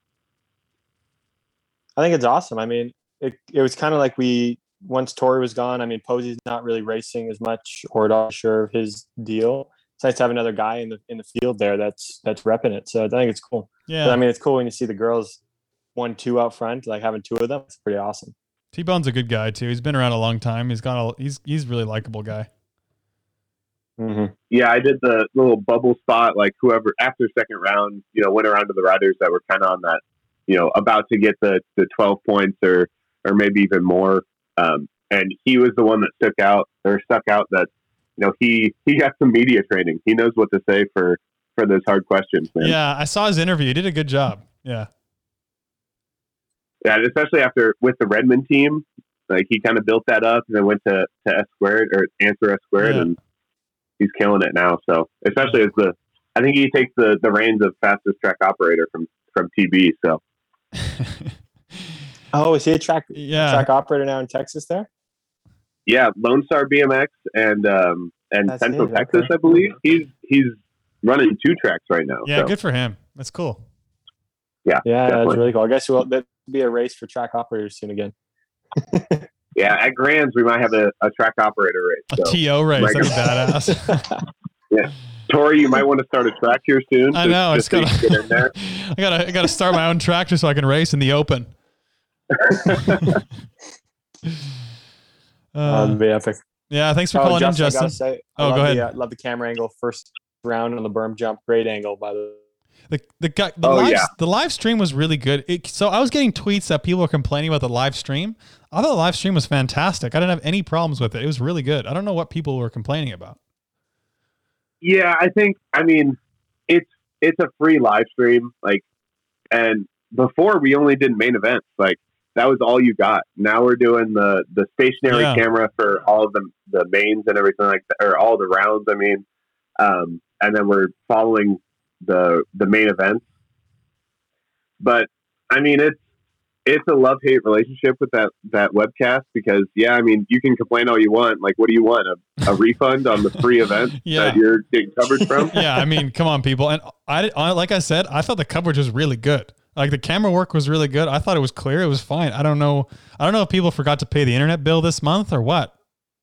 G: I think it's awesome. I mean, it, it was kind of like we once Tori was gone. I mean, Posey's not really racing as much or at all sure of his deal. It's nice to have another guy in the in the field there that's that's repping it. So I think it's cool.
C: Yeah.
G: But I mean, it's cool when you see the girls one two out front, like having two of them. It's pretty awesome.
C: T Bone's a good guy too. He's been around a long time. He's got a he's he's a really likable guy.
G: Mm-hmm.
I: Yeah, I did the little bubble spot, like whoever after second round, you know, went around to the riders that were kind of on that, you know, about to get the the twelve points or or maybe even more. Um, and he was the one that stuck out or stuck out that you know he he got some media training. He knows what to say for for those hard questions, man.
C: Yeah, I saw his interview. He did a good job. Yeah.
I: Yeah, and especially after with the Redmond team, like he kind of built that up and then went to, to S squared or answer S squared,
C: Yeah.
I: and he's killing it now. So especially as the, I think he takes the the reins of fastest track operator from from TB. So
G: Oh, is he a track
C: Yeah.
G: track operator now in Texas? There,
I: yeah, Lone Star BMX and um and
G: That's
I: Central
G: it, okay.
I: Texas, I believe he's he's running two tracks right now.
C: Yeah,
I: so.
C: good for him. That's cool.
G: yeah,
I: Definitely.
G: that's really cool. I guess well, that'd be a race for track operators soon again.
I: yeah. At Grands, we might have a, a track operator
C: A
I: race. So
C: TO race.
I: Like-
C: That'd be badass.
I: Tori, you might want to start a track here soon.
C: I
I: just-
C: know. I
I: just
C: just
I: so you can
C: gotta,
I: get in there.
C: I gotta, I gotta start my own track just so I can race in the open. Uh,
G: That'd
I: Um,
G: be epic.
C: yeah, thanks for
G: Oh,
C: calling
G: Justin, I
C: in,
G: gotta
C: Justin.
G: say, I
C: Oh,
G: love
C: go ahead.
G: The, uh, love the camera angle. First round on the berm jump. Great angle, by the
C: The the guy, the
I: Oh,
C: live
I: yeah.
C: the live stream was really good. It, so I was getting tweets that people were complaining about the live stream. I thought the live stream was fantastic. I didn't have any problems with it. It was really good. I don't know what people were complaining about.
I: Yeah, I think I mean it's it's a free live stream. Like, and before we only did main events. Like that was all you got. Now we're doing the the stationary
C: Yeah.
I: camera for all of the the mains and everything like that, or all the rounds. I mean, um, and then we're following the the main events. But I mean, it's it's a love hate relationship with that that webcast because yeah, I mean, you can complain all you want. Like, what do you want? A, a refund on the free event
C: Yeah.
I: that you're getting covered from?
C: yeah, I mean, come on, people. And I, I, like I said, I thought the coverage was really good. Like the camera work was really good. I thought it was clear. It was fine. I don't know. I don't know if people forgot to pay the internet bill this month or what.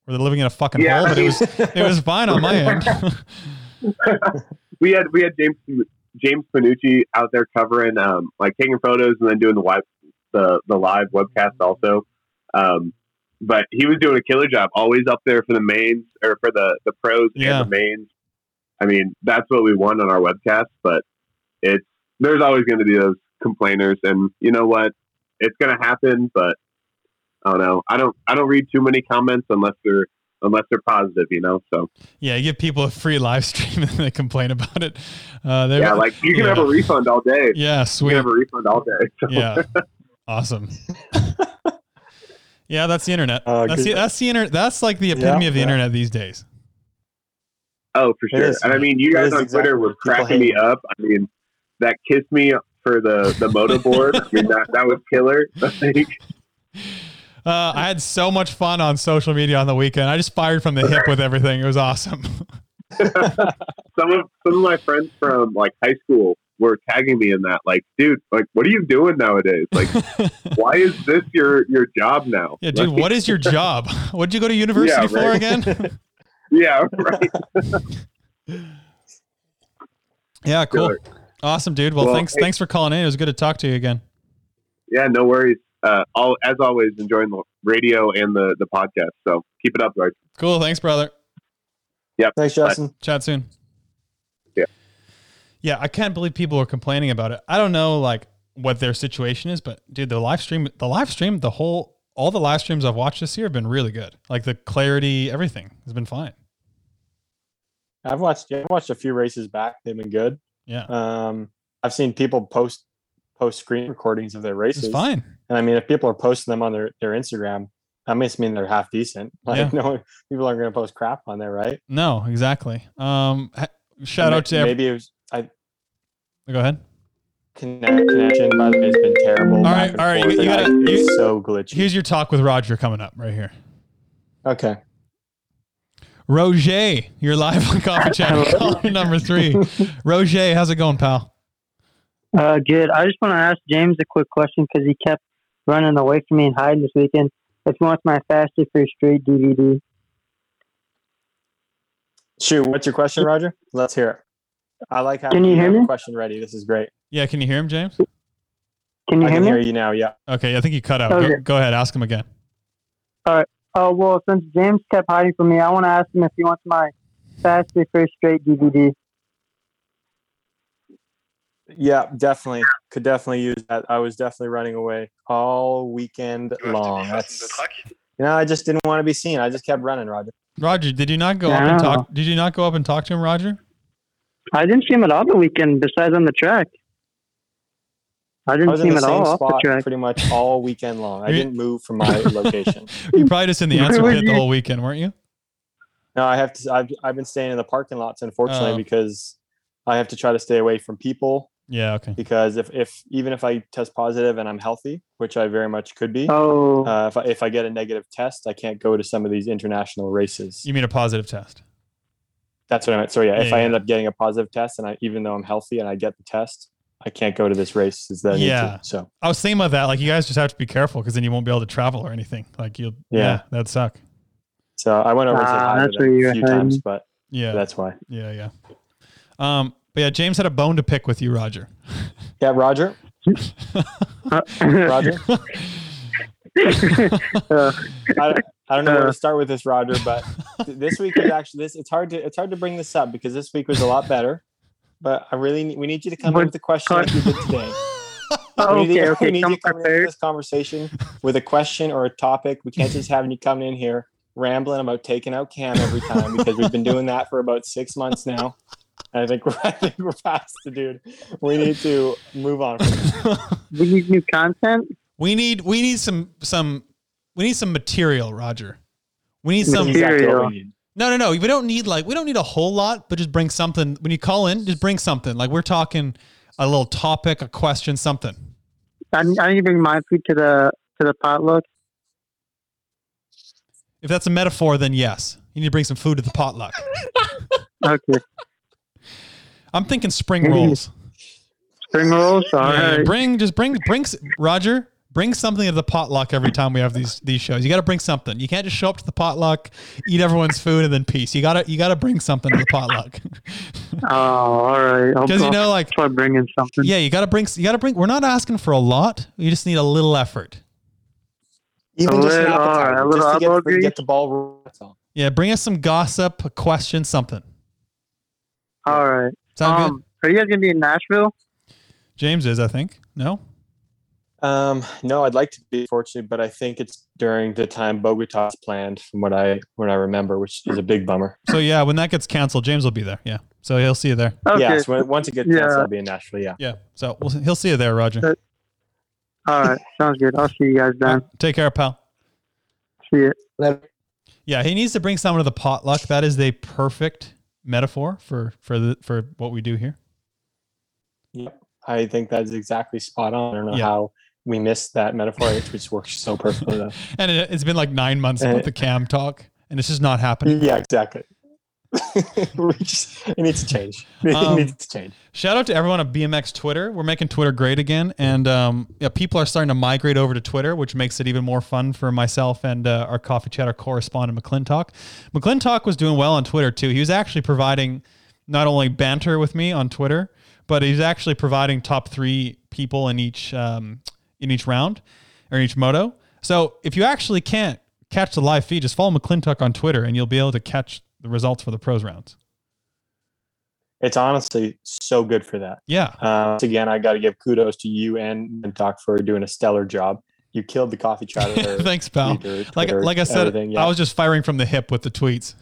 C: Or they're living in a fucking
I: Yeah,
C: hole.
I: I
C: But it was, it was fine on my end.
I: we had we had James James Panucci out there covering um, like taking photos and then doing the live the, the live webcast also. Um, but he was doing a killer job, always up there for the mains or for the the pros
C: Yeah.
I: and the mains. I mean, that's what we want on our webcast, but it's there's always going to be those complainers, and you know what? It's going to happen, but I don't know. I don't I don't read too many comments unless they're unless they're positive, you know. So
C: yeah, you give people a free live stream and they complain about it. Uh, they-
I: yeah, like you can
C: yeah.
I: have a refund all day.
C: yeah,
I: We
C: sweet.
I: have a refund all day. So.
C: yeah. Awesome. yeah, that's the internet.
G: Uh,
C: that's the
G: good-
C: that's the internet. That's like the epitome
G: Yeah,
C: of the
G: yeah.
C: internet these days.
I: Oh, for
G: It
I: sure.
G: is.
I: And I mean, you
G: It
I: guys
G: is
I: on
G: exactly
I: Twitter were
G: what people
I: cracking
G: hate.
I: me up. I mean, that kiss me for the the moto board. I mean, that that was killer. Like,
C: Uh, I had so much fun on social media on the weekend. I just fired from the hip with everything. It was awesome.
I: some of some of my friends from like high school were tagging me in that. Like, dude, like, what are you doing nowadays? Like, why is this your your job now?
C: Yeah, dude,
I: Like,
C: what is your job? What'd you go to university for
I: right.
C: again?
I: Yeah, right.
C: yeah, cool.
I: Killer.
C: Awesome, dude. Well,
I: Well,
C: thanks
I: hey-
C: thanks for calling in. It was good to talk to you again.
I: Yeah, no worries. Uh, all as always, enjoying the radio and the the podcast. So keep it up, guys.
C: Cool. Thanks, brother.
G: Thanks, Justin.
C: Chat soon.
I: Yeah.
C: Yeah, I can't believe people are complaining about it. I don't know like what their situation is, but dude, the live stream the live stream, the whole all the live streams I've watched this year have been really good. Like the clarity, everything has been fine.
G: I've watched yeah, I've watched a few races back. They've been good.
C: Yeah.
G: Um, I've seen people post post screen recordings of their races.
C: It's fine.
G: And I mean, if people are posting them on their, their Instagram, that must mean they're half decent. Like,
C: Yeah.
G: no, people aren't going to post crap on there, right?
C: No, exactly. Um ha- shout
G: And
C: out to
G: ma-
C: every-
G: maybe it was, I
C: go ahead.
G: connect, connection. By the way, has been terrible.
C: All
G: back
C: right,
G: and
C: all right, you-
G: forth,
C: you
G: and
C: gotta-
G: I-
C: you-
G: it's so glitchy.
C: Here's your talk with Roger coming up right here.
G: okay,
C: Roger, you're live on Coffee Chat caller number three. Roger, how's it going, pal?
J: Uh, good. I just want to ask James a quick question because he kept running away from me and hiding this weekend. If you want my Fast and Furious Street DVD,
G: shoot. What's your question, Roger? Let's hear it. I like how
J: Can you hear
G: have a
J: me?
G: question ready. This is great.
C: Yeah, can you hear him, James?
J: can you
G: I
J: hear
G: can
J: me?
G: hear you now. Yeah.
C: Okay, I think you cut out.
J: Okay.
C: Go, go ahead, ask him again.
J: Oh well, since James kept hiding from me, I want to ask him if he wants my Fast and Furious Street DVD.
G: Yeah, definitely. Could definitely use that. I was definitely running away all weekend long.
B: fasten the
G: That's,
B: track.
G: you know, I just didn't want to be seen. I just kept running, Roger.
C: Roger, did you not go up and
J: No.
C: talk? Did you not go up and talk to him, Roger?
J: I didn't see him at all the weekend, besides on the track. I
G: I
J: didn't
G: was
J: see
G: in
J: him
G: the
J: at
G: same
J: all off the
G: spot
J: track.
G: pretty much all weekend long. I
C: You-
G: didn't move from my location.
C: You probably just in the
J: Where
C: answer
J: were
C: pit the
J: you?
C: whole weekend, weren't you?
G: No, I have to. I've, I've been staying in the parking lots, unfortunately,
C: Oh.
G: because I have to try to stay away from people.
C: Yeah. Okay.
G: Because if, if even if I test positive and I'm healthy, which I very much could be,
J: Oh,
G: uh, if I, if I get a negative test, I can't go to some of these international races.
C: You mean a positive test?
G: That's what I meant. So yeah, if
C: Yeah,
G: I
C: yeah.
G: end up getting a positive test, and I even though I'm healthy and I get the test, I can't go to this race. Is that I need to.
C: Yeah.
G: So
C: I was thinking about that. Like, you guys just have to be careful because then you won't be able to travel or anything. Like, you'll. Yeah.
G: Yeah.
C: that'd suck.
G: so I went over to
J: Ah,
G: Ohio
J: that's
G: with them
J: where you're
G: a few times,
J: hiding.
G: but
C: Yeah.
G: that's why.
C: yeah. Yeah. Um. But yeah, James had a bone to pick with you, Roger.
G: Yeah, Roger. Roger.
J: Uh,
G: I, I don't know where
J: Uh.
G: to start with this, Roger, but th- this week was actually this. It's hard to it's hard to bring this up because this week was a lot better. But I really need, we need you to come in
J: What-
G: with a question like you did today.
J: oh,
G: we need,
J: okay, okay,
G: you- we need
J: come
G: you coming into
J: prepared.
G: this conversation with a question or a topic. We can't just having you coming in here rambling about taking out Cam every time because we've been doing that for about six months now. I think we're, I think we're past the dude. We need to move on.
J: we need new content.
C: We need we need some some we need some material, Roger. We need some
J: Material.
C: No, no, no. We don't need like we don't need a whole lot, but just bring something. When you call in, just bring something. Like we're talking a little topic, a question, something.
J: I, I need to bring my food to the to the potluck.
C: If that's a metaphor, then yes, you need to bring some food to the potluck.
J: Okay.
C: I'm thinking spring rolls.
J: Spring rolls. All
C: Yeah, yeah.
J: right.
C: Bring just bring bring s- Roger. Bring something to the potluck every time we have these these shows. You got to bring something. You can't just show up to the potluck, eat everyone's food, and then peace. You gotta you gotta bring something to the potluck.
J: Oh, all right. I'll-
C: 'Cause you know,
J: I'll
C: like-
J: try bringing something.
C: yeah, you gotta bring you gotta bring. We're not asking for a lot. You just need a little effort.
G: Even
J: A
G: just an
J: little- all right, a
G: appetizer,
J: little
G: just to
J: elbow
G: get,
J: grease.
G: get the ball rolling. That's all.
C: Yeah, bring us some gossip, a question, something.
J: All right. Um,
C: Sound good?
J: Are you guys gonna be in Nashville?
C: James is, I think. No,
G: Um, no, I'd like to be fortunate, but I think it's during the time Bogota's planned, from what I what I remember, which is a big bummer.
C: so yeah, when that gets canceled, James will be there. Yeah, so he'll see you there.
J: Okay.
G: Yeah, so when, once it gets
J: Yeah.
G: canceled, I'll be in Nashville. Yeah.
C: Yeah, so we'll, he'll see you there, Roger.
J: Uh, All right. Sounds good. I'll see you guys then.
C: Take care, pal.
J: See you.
C: Yeah, he needs to bring someone to the potluck. That is the perfect metaphor for for the for what we do here.
G: Yep. I think that's exactly spot on. I don't know
C: Yeah.
G: how we missed that metaphor, which just works so perfectly. Though.
C: And it, it's been like nine months
G: Uh,
C: with the cam talk, and it's just not happening.
G: yeah, exactly. we just, it needs to change. It
C: Um,
G: needs to change.
C: Shout out to everyone on BMX Twitter. We're making Twitter great again, and um, yeah, people are starting to migrate over to Twitter, which makes it even more fun for myself and uh, our coffee chatter correspondent McClintock. McClintock was doing well on Twitter too. He was actually providing not only banter with me on Twitter, but he's actually providing top three people in each um, in each round or in each moto. So if you actually can't catch the live feed, just follow McClintock on Twitter, and you'll be able to catch the results for the pros rounds.
G: It's honestly so good for that.
C: Yeah.
G: Uh, once again, I got to give kudos to you and Doc for doing a stellar job. You killed the coffee chatter.
C: Thanks, pal.
G: leader,
C: like
G: Twitter,
C: like I said,
G: everything, yeah.
C: I was just firing from the hip with the tweets.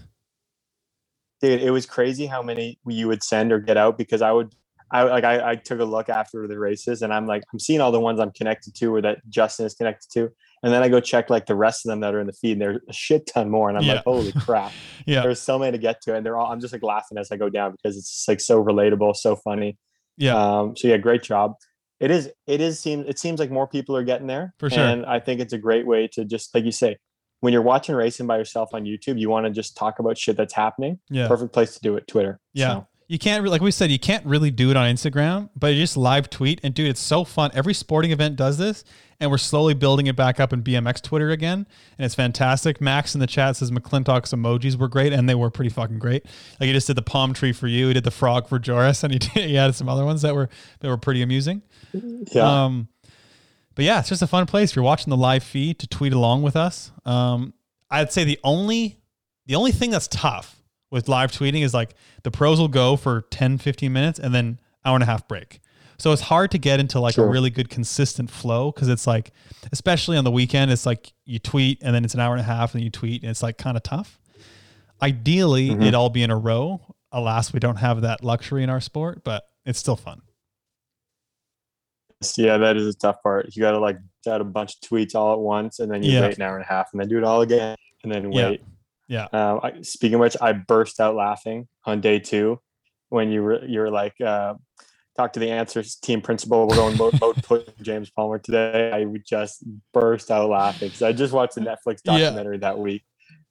G: dude it was crazy how many you would send or get out because i would i like i, I took a look after the races and i'm like i'm seeing all the ones i'm connected to or that justin is connected to and then i go check like the rest of them that are in the feed and there's a shit ton more and i'm
C: Yeah.
G: like holy crap
C: Yeah,
G: there's so many to get to and they're all i'm just like laughing as i go down because it's just, like so relatable so funny
C: yeah,
G: um so yeah great job it is it is seems it seems like more people are getting there
C: For sure.
G: and i think it's a great way to just like you say when you're watching racing by yourself on youtube you want to just talk about shit that's happening
C: yeah,
G: perfect place to do it twitter
C: yeah.
G: So,
C: You can't re- like we said, you can't really do it on Instagram, but you just live tweet and dude, it's so fun. Every sporting event does this, and we're slowly building it back up in BMX Twitter again, and it's fantastic. Max in the chat says McClintock's emojis were great, and they were pretty fucking great. Like he just did the palm tree for you, he did the frog for Joris, and he did, he had some other ones that were that were pretty amusing.
G: yeah
C: Um, but yeah, it's just a fun place. If you're watching the live feed to tweet along with us. Um, I'd say the only the only thing that's tough with live tweeting is like the pros will go for 10, 15 minutes and then hour and a half break. So it's hard to get into like a
G: Sure.
C: really good consistent flow because it's like, especially on the weekend, it's like you tweet and then it's an hour and a half and you tweet and it's like kind of tough. Ideally,
G: Mhm.
C: it'd all be in a row. Alas, we don't have that luxury in our sport, but it's still fun.
G: yeah that is a tough part you gotta like add a bunch of tweets all at once and then you
C: Yeah.
G: wait an hour and a half and then do it all again and then
C: Yeah.
G: wait
C: Yeah.
G: Um, I, speaking of which i burst out laughing on day two when you were you were like uh talk to the answers team principal we're going boat, boat put james palmer today i would just burst out laughing because i just watched the netflix
C: Yeah.
G: documentary that week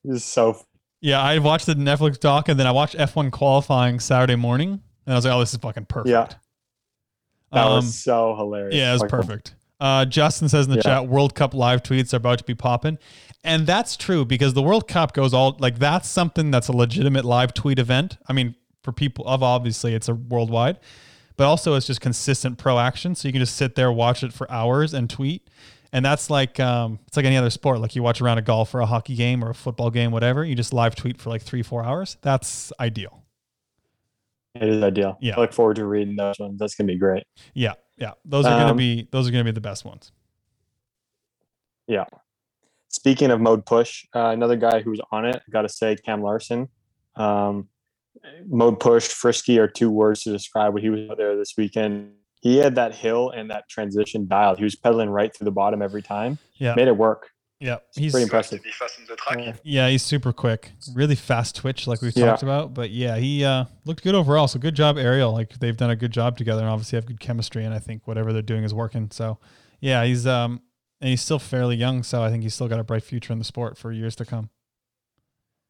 G: it was so
C: Yeah, I watched the Netflix doc and then I watched F1 qualifying Saturday morning and I was like, oh, this is fucking perfect.
G: Yeah. that
C: Um,
G: was so hilarious
C: yeah, it was
G: Like,
C: perfect. Uh, Justin says in the
G: Yeah.
C: chat, World Cup live tweets are about to be popping. And that's true because the World Cup goes all like that's something that's a legitimate live tweet event. I mean, for people of obviously it's a worldwide, but also it's just consistent pro action. So you can just sit there, watch it for hours and tweet. And that's like um, it's like any other sport. Like you watch around a round of golf or a hockey game or a football game, whatever. You just live tweet for like three, four hours. That's ideal.
G: it is ideal
C: Yeah.
G: i look forward to reading those ones that's gonna be great
C: Yeah, yeah. Those are gonna
G: Um,
C: be those are gonna be the best ones.
G: speaking of mode push, uh, another guy who was on it, I got to say, Cam Larson. Um, mode push, frisky are two words to describe what he was out there this weekend. He had that hill and that transition dialed. He was pedaling right through the bottom every time.
C: Yeah.
G: Made it work.
C: Yeah,
G: It's
C: he's-
G: pretty impressive.
C: Yeah, he's super quick, really fast twitch, like we
G: Yeah.
C: talked about. But yeah, he uh, looked good overall. So good job, Ariel. Like they've done a good job together, and obviously have good chemistry. And I think whatever they're doing is working. So yeah, he's um and he's still fairly young, so I think he's still got a bright future in the sport for years to come.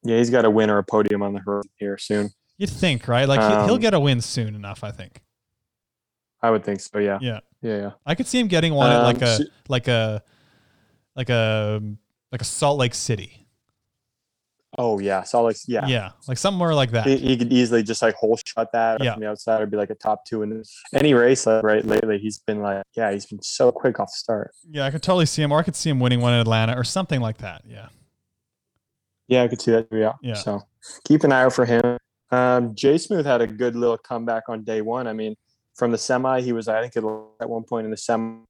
G: Yeah, he's got a win or a podium on the horizon here soon.
C: You'd think, right? Like he, he'll
G: Um,
C: get a win soon enough. I think.
G: I would think so. Yeah.
C: Yeah.
G: Yeah. yeah.
C: I could see him getting one at like
G: Um,
C: a
G: so-
C: like a like a like a Salt Lake City.
G: Oh yeah. Salt Lake. Yeah.
C: Yeah, like somewhere like that.
G: He, he could easily just like whole shot that
C: Yeah.
G: from the outside or be like a top two in any race. Like, right lately, he's been like, yeah, he's been so quick off the start.
C: Yeah, I could totally see him, or I could see him winning one in Atlanta or something like that. Yeah.
G: Yeah, I could see that. Yeah.
C: Yeah.
G: So keep an eye out for him. Um, Jay Smooth had a good little comeback on day one. I mean, from the semi, he was I think at one point in the semi,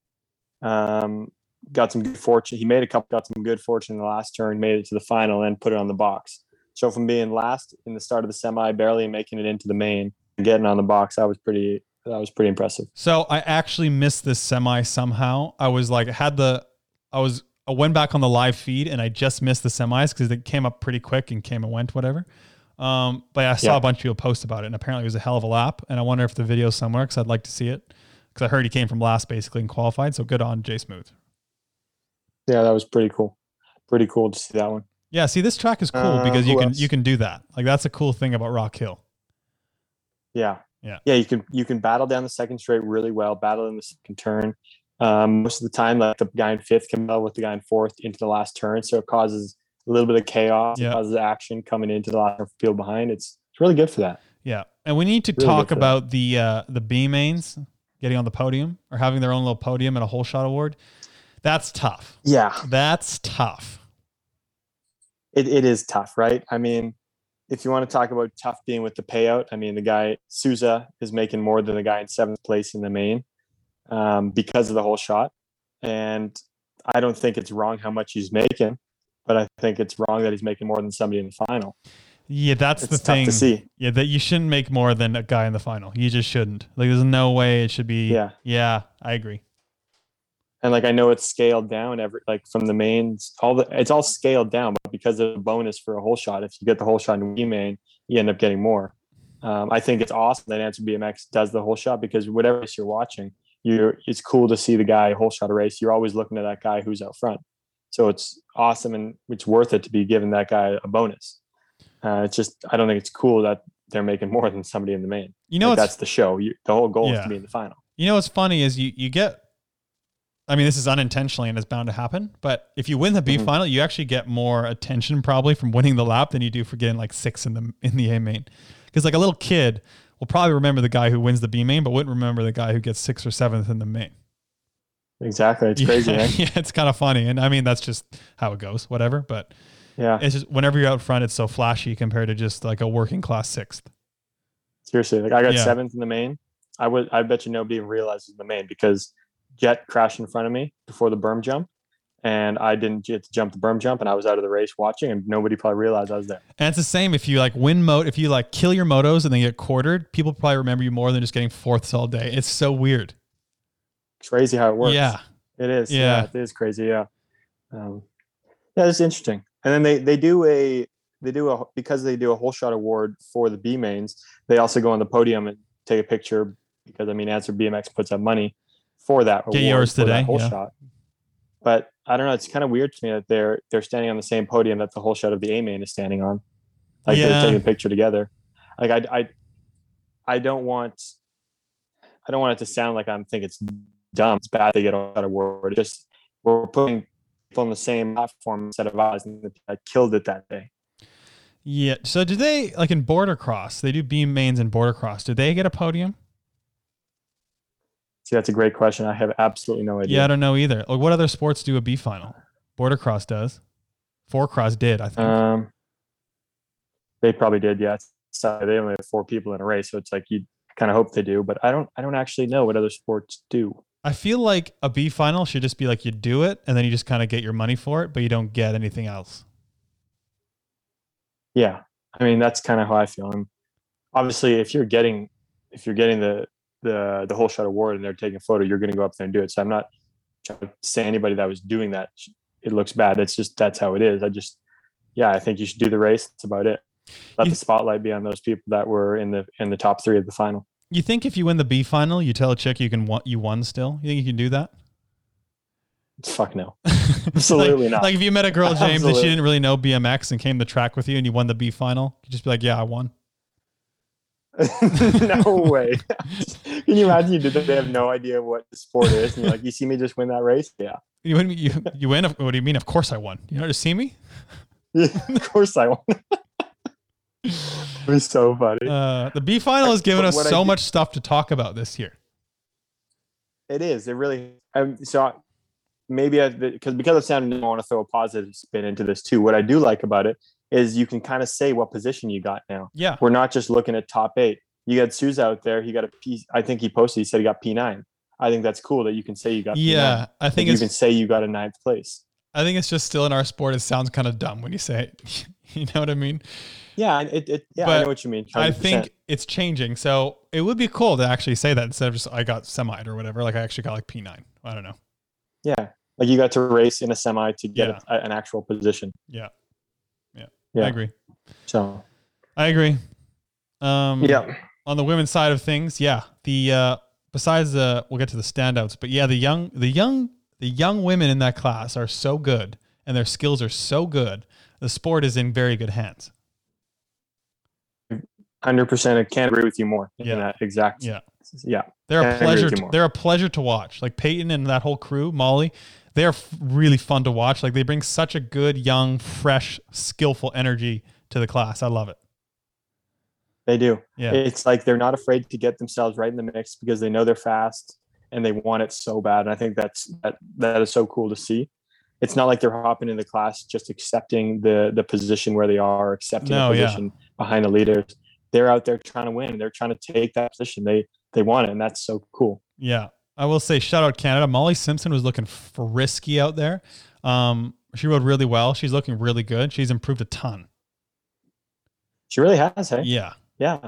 G: um, got some good fortune. He made a couple, got some good fortune in the last turn, made it to the final, and put it on the box. So from being last in the start of the semi, barely making it into the main, getting on the box, that was pretty. That was pretty impressive.
C: So I actually missed this semi somehow. I was like, had the, I was, I went back on the live feed and I just missed the semis because it came up pretty quick and came and went, whatever. Um, but I saw
G: Yeah.
C: a bunch of people post about it and apparently it was a hell of a lap. And I wonder if the video's somewhere because I'd like to see it because I heard he came from last basically and qualified. So good on Jay Smooth.
G: Yeah, that was pretty cool. Pretty cool to see that one.
C: Yeah. See, this track is cool
G: Uh,
C: because you
G: who
C: can,
G: else?
C: you can do that. Like that's a cool thing about Rock Hill.
G: Yeah.
C: Yeah.
G: Yeah. You can you can battle down the second straight really well, battle in the second turn. Um, most of the time, like the guy in fifth can battle with the guy in fourth into the last turn. So it causes a little bit of chaos,
C: Yeah.
G: it causes action coming into the last field behind. It's it's really good for that.
C: Yeah, and we need to
G: Really
C: talk
G: good for
C: about the uh, the B mains getting on the podium or having their own little podium and a whole shot award. That's tough.
G: Yeah.
C: That's tough.
G: It it is tough, right? I mean, if you want to talk about tough being with the payout, I mean the guy Souza is making more than the guy in seventh place in the main um, because of the whole shot. And I don't think it's wrong how much he's making, but I think it's wrong that he's making more than somebody in the final.
C: Yeah, that's the
G: It's tough to
C: thing.
G: see.
C: Yeah, that you shouldn't make more than a guy in the final. You just shouldn't. Like, there's no way it should be.
G: Yeah.
C: yeah, I agree.
G: And like I know it's scaled down every like from the mains, all the it's all scaled down, but because of the bonus for a whole shot, if you get the whole shot in Wii main, you end up getting more. Um, I think it's awesome that Answer BMX does the whole shot because whatever race you're watching, you're it's cool to see the guy whole shot a race. You're always looking at that guy who's out front, so it's awesome and it's worth it to be giving that guy a bonus. Uh, it's just I don't think it's cool that they're making more than somebody in the main.
C: You know
G: Like,
C: what's-
G: that's the show. You, the whole goal is
C: Yeah.
G: to be in the final.
C: You know what's funny is you you get. I mean, this is unintentionally and it's bound to happen. But if you win the B
G: Mhm.
C: final, you actually get more attention probably from winning the lap than you do for getting like six in the in the A main. Because like a little kid will probably remember the guy who wins the B main, but wouldn't remember the guy who gets sixth or seventh in the main.
G: Exactly, it's
C: yeah,
G: crazy. eh?
C: yeah, it's kind of funny, and I mean that's just how it goes. Whatever, but
G: Yeah.
C: it's just whenever you're out front, it's so flashy compared to just like a working class sixth.
G: Seriously, like I got
C: Yeah.
G: seventh in the main. I would, I bet you nobody even realizes the main because Jet crashed in front of me before the berm jump, and I didn't get to jump the berm jump, and I was out of the race watching, and nobody probably realized I was there.
C: And it's the same if you like win moto, if you like kill your motos and then get quartered, people probably remember you more than just getting fourths all day. It's so weird.
G: Crazy how it works.
C: Yeah.
G: it is.
C: Yeah.
G: Yeah, it is crazy. Yeah, um, yeah, it's interesting. And then they they do a they do a because they do a whole shot award for the B mains. They also go on the podium and take a picture because I mean, Answer BMX puts up money for that.
C: Get yours
G: for that
C: today,
G: whole
C: yeah.
G: shot. But I don't know. It's kind of weird to me that they're they're standing on the same podium that the whole shot of the A main is standing on. Like
C: Yeah.
G: they're taking a picture together. Like I I I don't want I don't want it to sound like I'm think it's dumb. It's bad to get out of word. It's just we're putting people on the same platform instead of ours, and I killed it that day.
C: Yeah. So do they like in border cross, they do beam mains and border cross. Do they get a podium?
G: See, that's a great question. I have absolutely no idea.
C: Yeah, I don't know either. Like what other sports do a B final? Border cross does. Four cross did, I think.
G: Um, they probably did. Yeah, so they only have four people in a race, so it's like you kind of hope they do, but I don't. I don't actually know what other sports do.
C: I feel like a B final should just be like you do it and then you just kind of get your money for it, but you don't get anything else.
G: Yeah, I mean that's kind of how I feel. I'm obviously if you're getting if you're getting the the the whole shot award and they're taking a photo, you're going to go up there and do it. So I'm not trying to say anybody that was doing that it looks bad. It's just that's how it is. I just yeah, I think you should do the race. That's about it. Let the spotlight be on those people that were in the in the top three of the final.
C: You think if you win the B final, you tell a chick you can wa- you won still? You think you can do that?
G: Fuck no.
C: Absolutely
G: not.
C: Like if you met a girl, James, and
G: Absolutely.
C: she didn't really know BMX and came to track with you, and you won the B final, you just be like, "Yeah, I won."
G: no way. Can you imagine you did that? They have no idea what the sport is. And you're like, you see me just win that race? Yeah.
C: You win. You, you win. What do you mean? Of course I won. You know to see me?
G: of course I won. It was so funny.
C: Uh, the B final has given
G: But
C: us
G: what I
C: so
G: did-
C: much stuff to talk about this year.
G: It is. It really. Um, so I, maybe I because because of Sam, I want to throw a positive spin into this too. What I do like about it is you can kind of say what position you got now.
C: Yeah.
G: we're not just looking at top eight. You got Suze out there. He got a P. I think he posted. He said he got P nine. I think that's cool that you can say you got.
C: Yeah,
G: P9.
C: I think
G: you
C: it's-
G: can say you got a ninth place.
C: I think it's just still in our sport. It sounds kind of dumb when you say it. you know what I mean?
G: Yeah, and it, it, yeah I know what you mean.
C: I
G: 100%.
C: think it's changing. So it would be cool to actually say that instead of just I got semi or whatever. Like I actually got like P nine. I don't know.
G: Yeah, like you got to race in a semi to get a, an actual position.
C: Yeah. Yeah.
G: Yeah.
C: I agree.
G: So
C: I agree. Um,
G: Yeah.
C: On the women's side of things, yeah. The uh, besides the we'll get to the standouts, but yeah, the young, the young, the young women in that class are so good, and their skills are so good. The sport is in very good hands.
G: hundred percent, I can't agree with you more. Yeah, that exact.
C: Yeah.
G: yeah.
C: They're
G: Can't
C: a
G: agree with
C: pleasure.
G: you
C: To,
G: more.
C: they're a pleasure to watch. Like Peyton and that whole crew, Molly, they're f- really fun to watch. Like they bring such a good, young, fresh, skillful energy to the class. I love it.
G: They do.
C: Yeah.
G: It's like they're not afraid to get themselves right in the mix because they know they're fast and they want it so bad. And I think that's that that is so cool to see. It's not like they're hopping into class just accepting the the position where they are, accepting
C: No,
G: the
C: yeah.
G: position behind the leaders. They're out there trying to win. They're trying to take that position. They they want it, and that's so cool.
C: Yeah. I will say shout out Canada. Molly Simpson was looking frisky out there. Um, she rode really well. She's looking really good. She's improved a ton.
G: She really has, hey?
C: Yeah.
G: Yeah.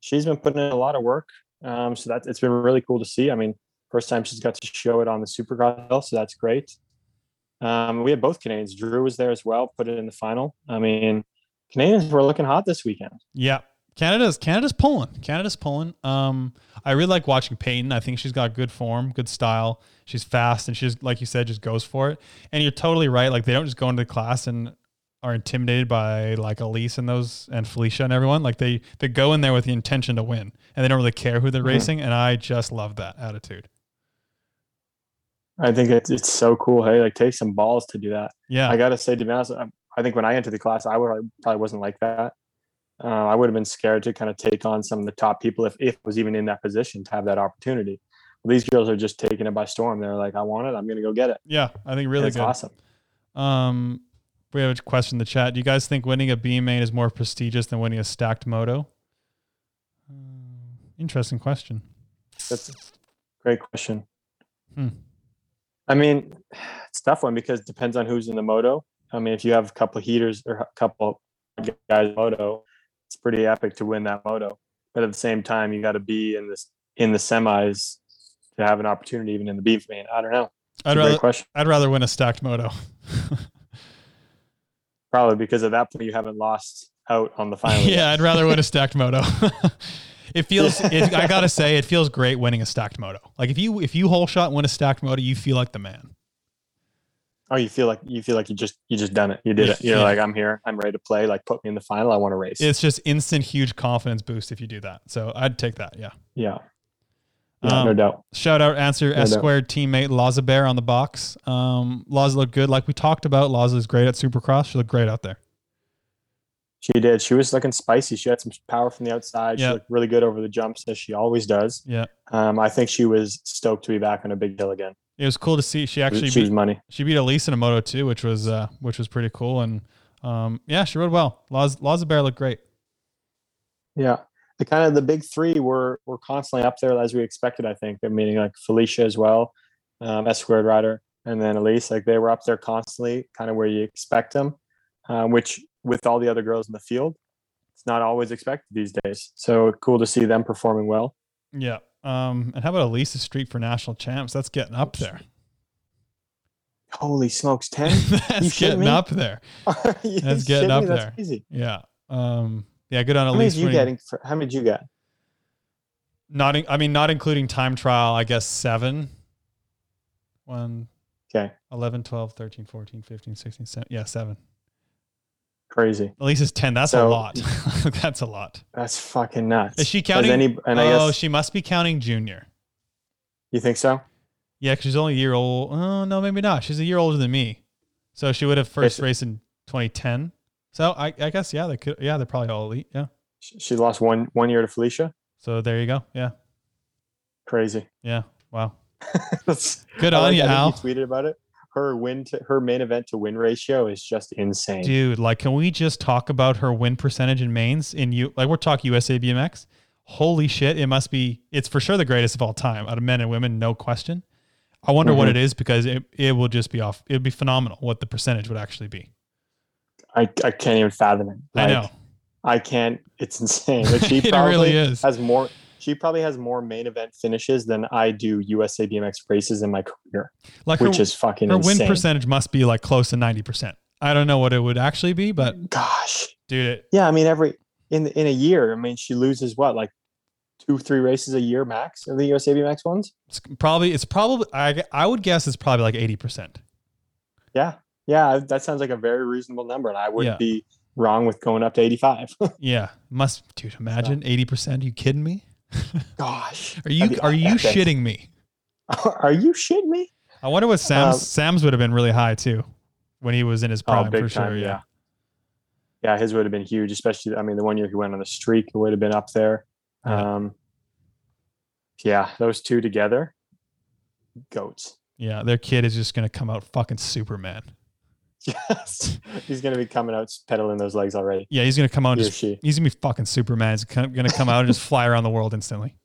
G: She's been putting in a lot of work. Um, so that it's been really cool to see. I mean, first time she's got to show it on the Supercross, hill, so that's great. Um, we had both Canadians. Drew was there as well, put it in the final. I mean, Canadians were looking hot this weekend.
C: Yeah. Canada's Canada's pulling. Canada's pulling. Um, I really like watching Peyton. I think she's got good form, good style. She's fast and she's like you said, just goes for it. And you're totally right. Like they don't just go into the class and are intimidated by like Elise and those and Felicia and everyone. Like they they go in there with the intention to win and they don't really care who they're
G: Mhm.
C: racing. And I just love that attitude.
G: I think it's, it's so cool. Hey, like take some balls to do that.
C: Yeah.
G: I gotta say, to be honest, I, I think when I entered the class, I would probably wasn't like that. Uh, I would have been scared to kind of take on some of the top people if if I was even in that position to have that opportunity. these girls are just taking it by storm. They're like, I want it. I'm gonna go get it.
C: Yeah, I think really
G: That's
C: good.
G: awesome.
C: Um, we have a question in the chat. Do you guys think winning a B main is more prestigious than winning a stacked moto? Um, Interesting question.
G: That's a great question.
C: Hmm.
G: I mean, it's a tough one because it depends on who's in the moto. I mean, if you have a couple of heaters or a couple guys in the moto, it's pretty epic to win that moto. But at the same time, you got to be in this in the semis to have an opportunity, even in the beef main. I don't know. It's
C: I'd
G: a great
C: rather
G: question.
C: I'd rather win a stacked moto.
G: Probably because at that point you haven't lost out on the final. yet.
C: yeah, I'd rather win a stacked moto. it feels. It, I gotta say, it feels great winning a stacked moto. Like if you if you whole shot and win a stacked moto, you feel like the man.
G: Oh, you feel like you feel like you just you just done it. You did it. You're
C: Yeah.
G: like I'm here. I'm ready to play. Like put me in the final. I want to race.
C: It's just instant huge confidence boost if you do that. So I'd take that. Yeah.
G: yeah.
C: Um,
G: Yeah, no doubt.
C: Shout out answer
G: No
C: S
G: doubt.
C: squared teammate Laza Bear on the box. Um, Laza looked good. Like we talked about, Laza is great at Supercross. She looked great out there.
G: She did. She was looking spicy. She had some power from the outside.
C: Yeah.
G: She looked really good over the jumps as she always does.
C: Yeah.
G: Um, I think she was stoked to be back on a big hill again.
C: It was cool to see. She actually
G: She was
C: beat,
G: money.
C: She beat Elise in a moto too, which was uh, which was pretty cool. And um, yeah, she rode well. Laza, Laza Bear looked great.
G: Yeah. The kind of the big three were were constantly up there as we expected, I think. I mean like Felicia as well, um, S squared rider, and then Elise, like they were up there constantly, kind of where you expect them, um, which with all the other girls in the field. it's not always expected these days. So cool to see them performing well.
C: Yeah. Um, and how about Elisa Street for national champs? That's getting up there.
G: Holy smokes, ten!
C: That's getting up there. That's getting up there.
G: That's crazy.
C: Yeah. Um, yeah. Good on
G: How many
C: Elise.
G: did you
C: Ring.
G: getting? For, how many did you get?
C: Not. In, I mean, not including time trial. I guess seven. One.
G: Okay.
C: 11, 12, 13, 14, 15, 16, 17. Yeah, seven.
G: Crazy.
C: At least it's 10. That's a
G: So-
C: lot. That's a lot.
G: That's fucking nuts.
C: Is she
G: Has
C: counting?
G: any- and I
C: oh,
G: guess
C: she must be counting junior.
G: you think so.
C: Yeah, 'cause she's only a year old. Oh, no, maybe not. She's a year older than me. So she would have first raced in 2010. So I, I guess, yeah, they could. Yeah, they're probably all elite. Yeah.
G: She she lost one one year to Felicia.
C: So there you go. Yeah.
G: Crazy.
C: Yeah. Wow.
G: That's-
C: Good
G: I
C: on
G: like-
C: you,
G: I think
C: Al.
G: tweeted about it. Her win to her main event to win ratio is just insane.
C: Dude, like, can we just talk about her win percentage in mains in you? Like, we're talking USA BMX. Holy shit! It must be. It's for sure the greatest of all time out of men and women, no question. I wonder what
G: Mhm.
C: it is because it, it will just be off. It would be phenomenal what the percentage would actually be.
G: I, I can't even fathom it.
C: I know.
G: I can't. It's insane. Like, she
C: It really
G: probably
C: is.
G: has more. She probably has more main event finishes than I do USA BMX races in my career,
C: Like
G: which
C: her,
G: is fucking
C: her
G: insane.
C: win percentage must be like close to ninety percent. I don't know what it would actually be, but
G: Gosh,
C: dude, it,
G: yeah. I mean, every in in a year, I mean, she loses what like two, three races a year max of the USA BMX ones.
C: it's probably it's probably I I would guess it's probably like eighty percent.
G: Yeah, yeah. That sounds like a very reasonable number, and I wouldn't
C: Yeah.
G: be wrong with going up to eighty-five.
C: Yeah, must dude. Imagine eighty percent. You kidding me?
G: Gosh,
C: Are you
G: That'd be
C: are you
G: epic.
C: shitting me?
G: are you shitting me?
C: I wonder what Sam's
G: Um,
C: Sam's would have been really high too when he was in his prime Oh, for sure. yeah.
G: yeah. his would have been huge, especially. I mean, the one year he went on a streak it would have been up there.
C: Yeah.
G: Um, yeah, those two together, goats.
C: Yeah, their kid is just gonna come out fucking Superman.
G: Yes, he's gonna be coming out pedaling those legs already.
C: Yeah, he's gonna come out and
G: He or
C: just
G: she.
C: he's gonna be fucking Superman. He's gonna gonna come out and just fly around the world instantly.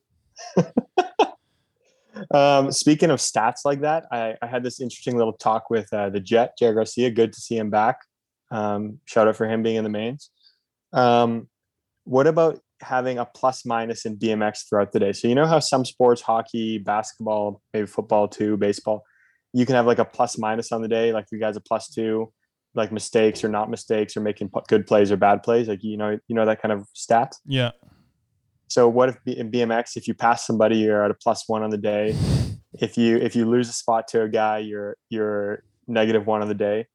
G: Um, speaking of stats like that, I, I had this interesting little talk with uh, the Jet, Jared Garcia. Good to see him back. Um, shout out for him being in the mains. Um, what about having a plus minus in BMX throughout the day? So, you know how some sports, hockey, basketball, maybe football too, baseball, you can have like a plus minus on the day, like you guys a plus two, like mistakes or not mistakes or making p- good plays or bad plays, like, you know, you know, that kind of stat.
C: Yeah.
G: So what if B- in BMX, if you pass somebody, you're at a plus one on the day. If you if you lose a spot to a guy, you're you're negative one on the day.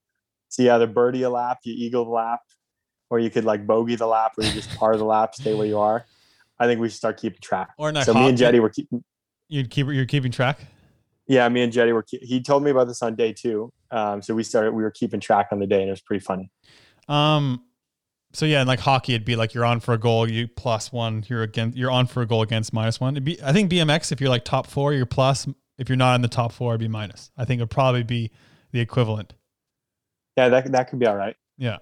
G: So you either birdie a lap, you eagle the lap, or you could like bogey the lap, or you just par the lap, stay where you are. I think we should start keeping track.
C: Or not
G: So me and
C: hop-
G: Jetty were keeping.
C: You'd keep you're keeping track?
G: Yeah, me and Jetty were. Keep, he told me about this on day two. Um, so we started. We were keeping track on the day, and it was pretty funny.
C: Um so yeah, and like hockey, it'd be like you're on for a goal, you plus one, you're against you're on for a goal against minus one. It'd be I think BMX, if you're like top four, you're plus. If you're not in the top four, it'd be minus. I think it'd probably be the equivalent.
G: Yeah, that that could be all right.
C: Yeah.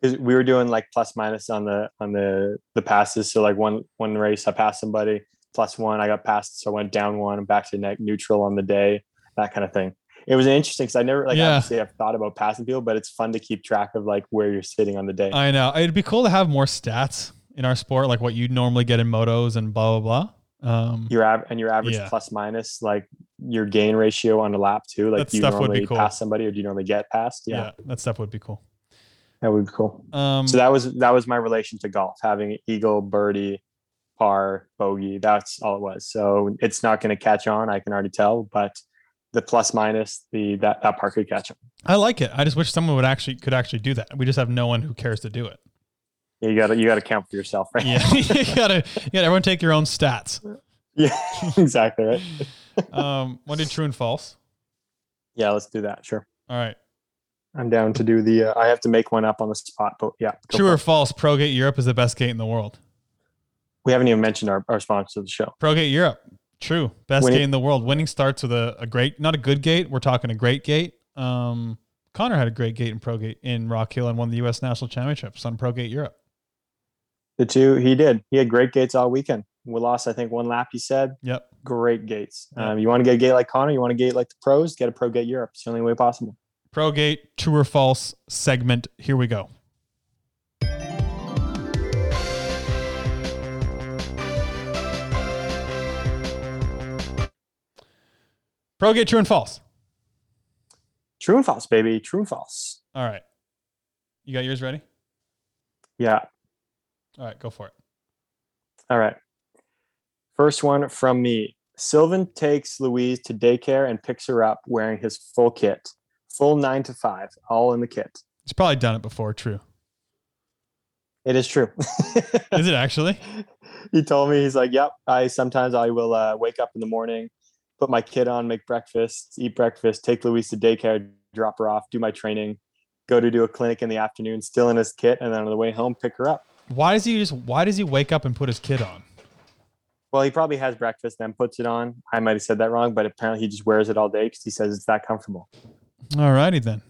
G: because we were doing like plus minus on the on the the passes. So like one one race, I passed somebody plus one, I got passed, so I went down one and back to net neutral on the day, that kind of thing. It was interesting because I never like
C: Yeah.
G: obviously I've thought about passing people, but it's fun to keep track of like where you're sitting on the day.
C: I know. It'd be cool to have more stats in our sport, like what you normally get in motos and blah blah blah. Um,
G: your av- and your average
C: Yeah.
G: plus minus like your gain ratio on a lap too. Like
C: That
G: do you
C: stuff would be
G: normally
C: cool.
G: pass somebody or do you normally get passed?
C: yeah.
G: Yeah,
C: that stuff would be cool.
G: that would be cool.
C: Um,
G: so that was that was my relation to golf, having eagle, birdie, par, bogey. That's all it was. So it's not going to catch on. I can already tell, but the plus minus the that that part could catch on.
C: I like it. I just wish someone would actually could actually do that. We just have no one who cares to do it.
G: You got to you got to count for yourself, right?
C: Yeah, you gotta, you gotta. Everyone take your own stats.
G: yeah, exactly right.
C: Um, one did true and false.
G: Yeah, let's do that. Sure,
C: All right,
G: I'm down to do the. Uh, I have to make one up on the spot, but yeah, go
C: true
G: for
C: or
G: it.
C: false? ProGate Europe is the best gate in the world.
G: We haven't even mentioned our, our sponsor of the show.
C: ProGate Europe, true, best
G: Winning-
C: gate in the world. Winning starts with a, a great, not a good gate. We're talking a great gate. Um, Connor had a great gate in ProGate in Rock Hill and won the U.S. National Championships on ProGate Europe.
G: The two he did. He had great gates all weekend. We lost, I think, one lap. You said
C: Yep.
G: great gates.
C: Yeah.
G: Um, you want to get a gate like Connor? You want to gate like the pros? Get a pro gate Europe. It's the only way possible.
C: Pro gate true or false segment. Here we go. Pro get true and false.
G: True and false, baby. True and false.
C: All right. You got yours ready?
G: Yeah.
C: All right, go for it.
G: All right. First one from me. Sylvan takes Louise to daycare and picks her up wearing his full kit, full nine to five, all in the kit.
C: He's probably done it before. True.
G: It is true.
C: Is it actually?
G: he told me he's like, "Yep, I sometimes I will uh, wake up in the morning, put my kid on, make breakfast, eat breakfast, take Louise to daycare, drop her off, do my training, go to do a clinic in the afternoon, still in his kit, and then on the way home pick her up."
C: Why does he just? Why does he wake up and put his kid on?
G: Well, he probably has breakfast, then puts it on. I might have said that wrong, but apparently he just wears it all day because he says it's that comfortable.
C: All righty then.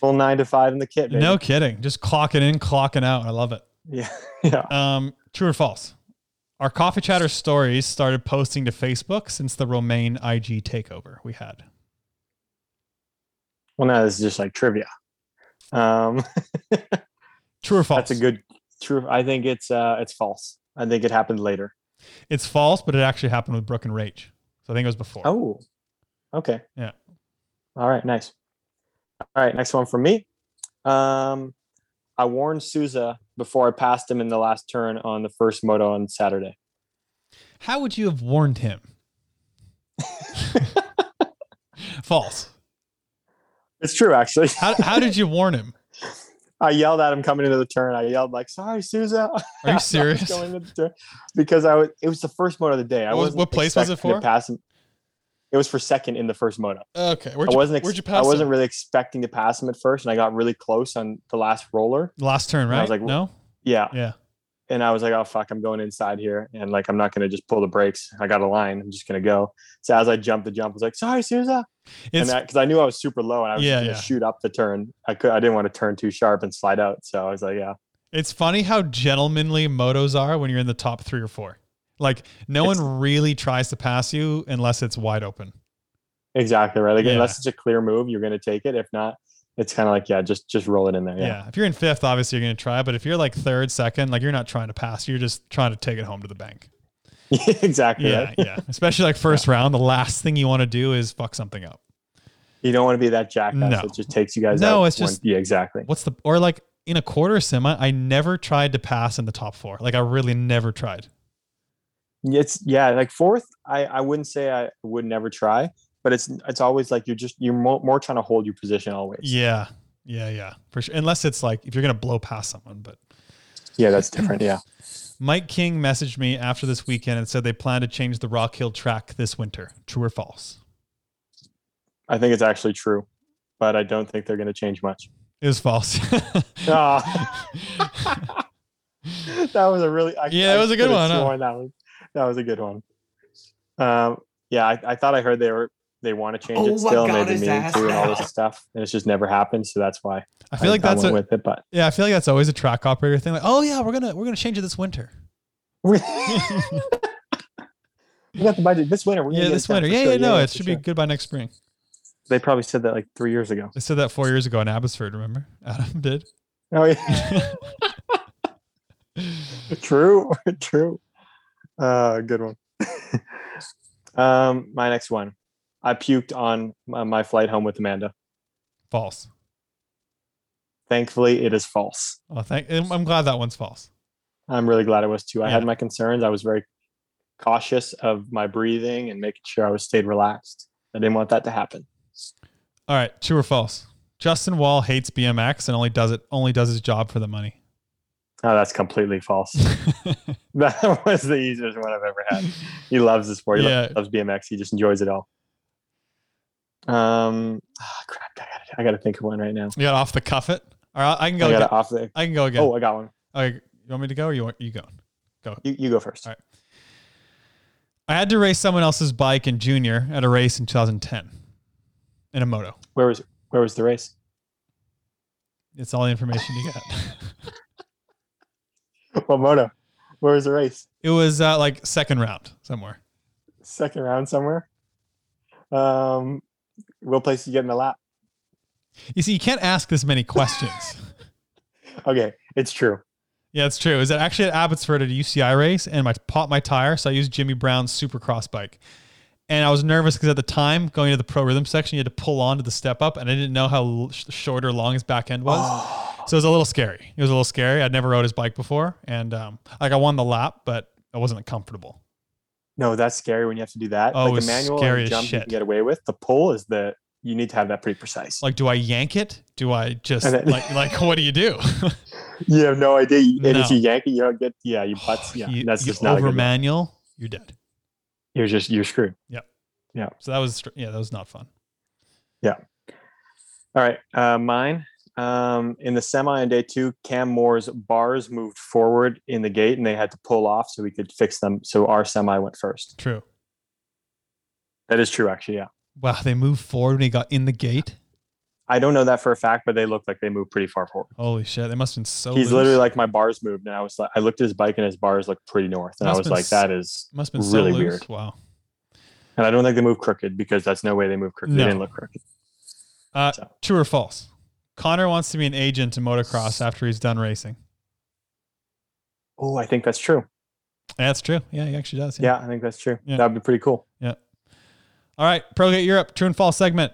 G: Full nine to five in the kit. baby.
C: No kidding. Just clocking in, clocking out. I love it.
G: Yeah. Yeah.
C: Um, true or false? Our coffee chatter stories started posting to Facebook since the Romaine IG takeover we had.
G: Well, no, this is just like trivia. Um,
C: True or false?
G: that's a good true. I think it's uh, it's false. I think it happened later.
C: It's false, but it actually happened with Brooke and Rach. So I think it was before.
G: Oh, okay.
C: Yeah.
G: All right. Nice. All right. Next one from me. Um, I warned Souza before I passed him in the last turn on the first moto on Saturday.
C: How would you have warned him? false.
G: It's true, actually.
C: How, how did you warn him?
G: I yelled at him coming into the turn. I yelled like, "Sorry, Souza."
C: Are you serious?
G: going into the turn because I was. It was the first moto of the day. I
C: What was-
G: wasn't
C: what place was it
G: expecting to
C: for?
G: Pass him. It was for second in the first moto.
C: Okay. Where'd
G: I
C: you,
G: wasn't. Ex-
C: where'd you pass
G: I wasn't
C: him?
G: really expecting to pass him at first, and I got really close on the last roller.
C: Last turn, right?
G: I was like,
C: no?
G: Yeah,
C: Yeah.
G: and I was like, "Oh fuck, I'm going inside here," and like I'm not gonna just pull the brakes. I got a line. I'm just gonna go. So as I jumped the jump, I was like, "Sorry, Souza," and
C: It's,
G: because I knew I was super low and I was
C: Yeah,
G: just gonna
C: yeah.
G: shoot up the turn. I could. I didn't want to turn too sharp and slide out. So I was like, "Yeah,
C: It's funny how gentlemanly motos are when you're in the top three or four. Like no
G: It's-
C: one really tries to pass you unless it's wide open.
G: exactly right." Like
C: Yeah.
G: unless it's a clear move, you're gonna take it. If not, it's kind of like, yeah, just just roll it in there.
C: Yeah.
G: Yeah.
C: If you're in fifth, obviously you're gonna try, but if you're like third, second, like you're not trying to pass, you're just trying to take it home to the bank.
G: exactly.
C: Yeah,
G: Right?
C: yeah. Especially like first round, the last thing you want to do is fuck something up.
G: You don't want to be that jackass
C: No.
G: that just takes you guys out.
C: No, it's
G: one-
C: just-
G: yeah, exactly.
C: What's the or like in a quarter semi, I never tried to pass in the top four. Like I really never tried.
G: it's yeah like fourth i i wouldn't say i would never try but it's it's always like you're just you're more, more trying to hold your position always
C: Yeah. Yeah, yeah. For sure. Unless it's like if you're gonna blow past someone, but
G: yeah that's different yeah
C: Mike King messaged me after this weekend and said they plan to change the Rock Hill track this winter. True or false?
G: i think it's actually true but i don't think they're going to change much
C: It was false.
G: Ah. that was a really I,
C: Yeah, that
G: I
C: was a good
G: could've
C: one, huh?
G: sworn that was that was a good one um yeah i, I thought i heard they were they want to change
A: Oh
G: it
A: my
G: still and
A: God,
G: they've been
A: his
G: meaning
A: ass
G: to and all
A: now.
G: this stuff and it's just never happened so that's why
C: I feel like that's
G: went
C: a,
G: with it but
C: yeah. I feel like that's always a track operator thing. Like, oh yeah, we're gonna we're gonna change it this winter.
G: we got the budget this winter. We're gonna
C: yeah,
G: get it
C: this
G: done
C: winter.
G: for
C: Yeah,
G: sure.
C: yeah, no, it
G: for
C: should
G: sure.
C: be good by next spring.
G: They probably said that like three years ago.
C: They said that four years ago in Abbotsford. Remember, Adam did.
G: Oh yeah, true, true. Uh, good one. um, my next one. I puked on my, my flight home with Amanda.
C: false.
G: Thankfully, it is false.
C: Oh, thank. I'm glad that one's false.
G: I'm really glad it was too. I had
C: Yeah.
G: my concerns. I was very cautious of my breathing and making sure I was stayed relaxed. I didn't want that to happen.
C: All right, true or false? Justin Wall hates BMX and only does it only does his job for the money.
G: Oh, that's completely false. That was the easiest one I've ever had. He loves the sport. He
C: Yeah.
G: loves BMX. He just enjoys it all. Um, ah, crap. I gotta, I gotta think of one right now.
C: You got off the cuff it. All right, I can
G: I
C: go.
G: gotta
C: again.
G: off the.
C: I can go again.
G: Oh, I got one.
C: Okay, you want me to go or you want, you going?
G: You, you go first.
C: All right. I had to race someone else's bike in junior at a race in 2010 in a moto.
G: Where was where was the race?
C: It's all the information you got.
G: Well, moto. Where was the race?
C: it was uh, like second round somewhere.
G: Second round somewhere. Um, what place you get in the lap?
C: You see, you can't ask this many questions.
G: Okay, it's true.
C: yeah, it's true. Is that actually at Abbotsford at a UCI race and my popped my tire, so I used Jimmy Brown's Supercross bike. And I was nervous because at the time, going to the pro rhythm section, you had to pull on to the step up, and I didn't know how l- sh- short or long his back end was. So it was a little scary. It was a little scary. I'd never rode his bike before, and um, like I won the lap, but I wasn't comfortable.
G: No, that's scary when you have to do that.
C: Oh, it
G: like
C: was
G: the manual
C: scary
G: and
C: as
G: jump you
C: shit.
G: can get away with. The pull is the you need to have that pretty precise.
C: Like, do I yank it? Do I just
G: And then-
C: like like what do you do?
G: You have no idea. And
C: No.
G: if you yank it, you don't get yeah, your butts. Yeah,
C: you,
G: that's
C: you
G: just not a
C: over
G: good look.
C: manual, you're dead.
G: You're just you're screwed. Yeah.
C: So that was str- yeah, that was not fun.
G: All right, uh, mine. Um, in the semi on day two, Cam Moore's bars moved forward in the gate, and they had to pull off so we could fix them. So our semi went first.
C: True.
G: That is true, actually. Yeah,
C: Wow, they moved forward when he got in the gate.
G: I don't know that for a fact, but they looked like they moved pretty far forward.
C: Holy shit, they must have been so.
G: He's
C: loose.
G: literally like my bars moved, and I was like, I looked at his bike, and his bars looked pretty north, and
C: Must've
G: I was
C: been
G: like,
C: s-
G: that is
C: must have been
G: really
C: so loose.
G: weird.
C: Wow.
G: And I don't think they moved crooked because that's no way they moved crooked.
C: No.
G: They didn't look crooked.
C: Uh, True or false? Connor wants to be an agent in motocross after he's done racing.
G: Oh, I think that's true.
C: That's true. Yeah, he actually does.
G: Yeah, I think that's true.
C: Yeah.
G: That'd be pretty cool.
C: All right, ProGate Europe, true and false segment.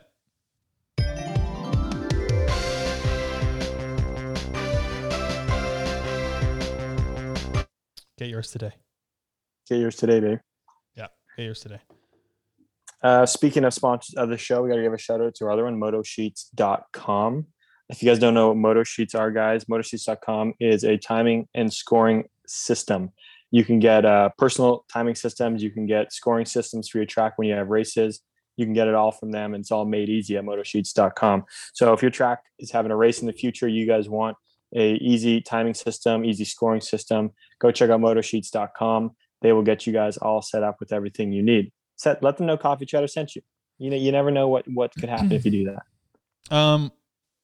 C: Get yours today.
G: Get yours today, babe.
C: Yeah, get yours today.
G: Uh, speaking of sponsors of the show, we got to give a shout out to our other one, motosheets.com. If you guys don't know what moto sheets are, guys, motosheets.com is a timing and scoring system. You can get uh, personal timing systems, you can get scoring systems for your track when you have races. You can get it all from them, and it's all made easy at motosheets.com. So if your track is having a race in the future, you guys want a easy timing system, easy scoring system, go check out motosheets.com. They will get you guys all set up with everything you need set let them know coffee chatter sent you you know you never know what what could happen if you do that
C: Um,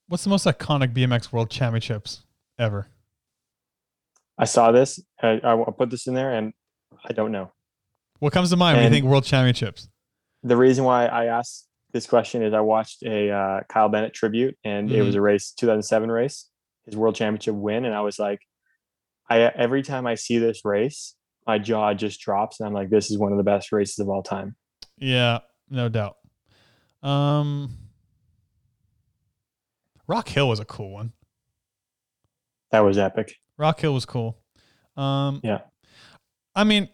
C: what's the most iconic BMX World Championships ever?
G: i saw this I, I will put this in there and i don't know
C: What comes to mind when
G: And-
C: you think World Championships?
G: the reason why i asked this question is i watched a uh, kyle bennett tribute and it
C: Mm-hmm.
G: was a race 2007 race his world championship win and i was like i every time i see this race my jaw just drops and i'm like this is one of the best races of all time
C: Yeah, no doubt. Um, Rock Hill was a cool one.
G: that was epic
C: Rock Hill was cool. Um,
G: Yeah.
C: I mean,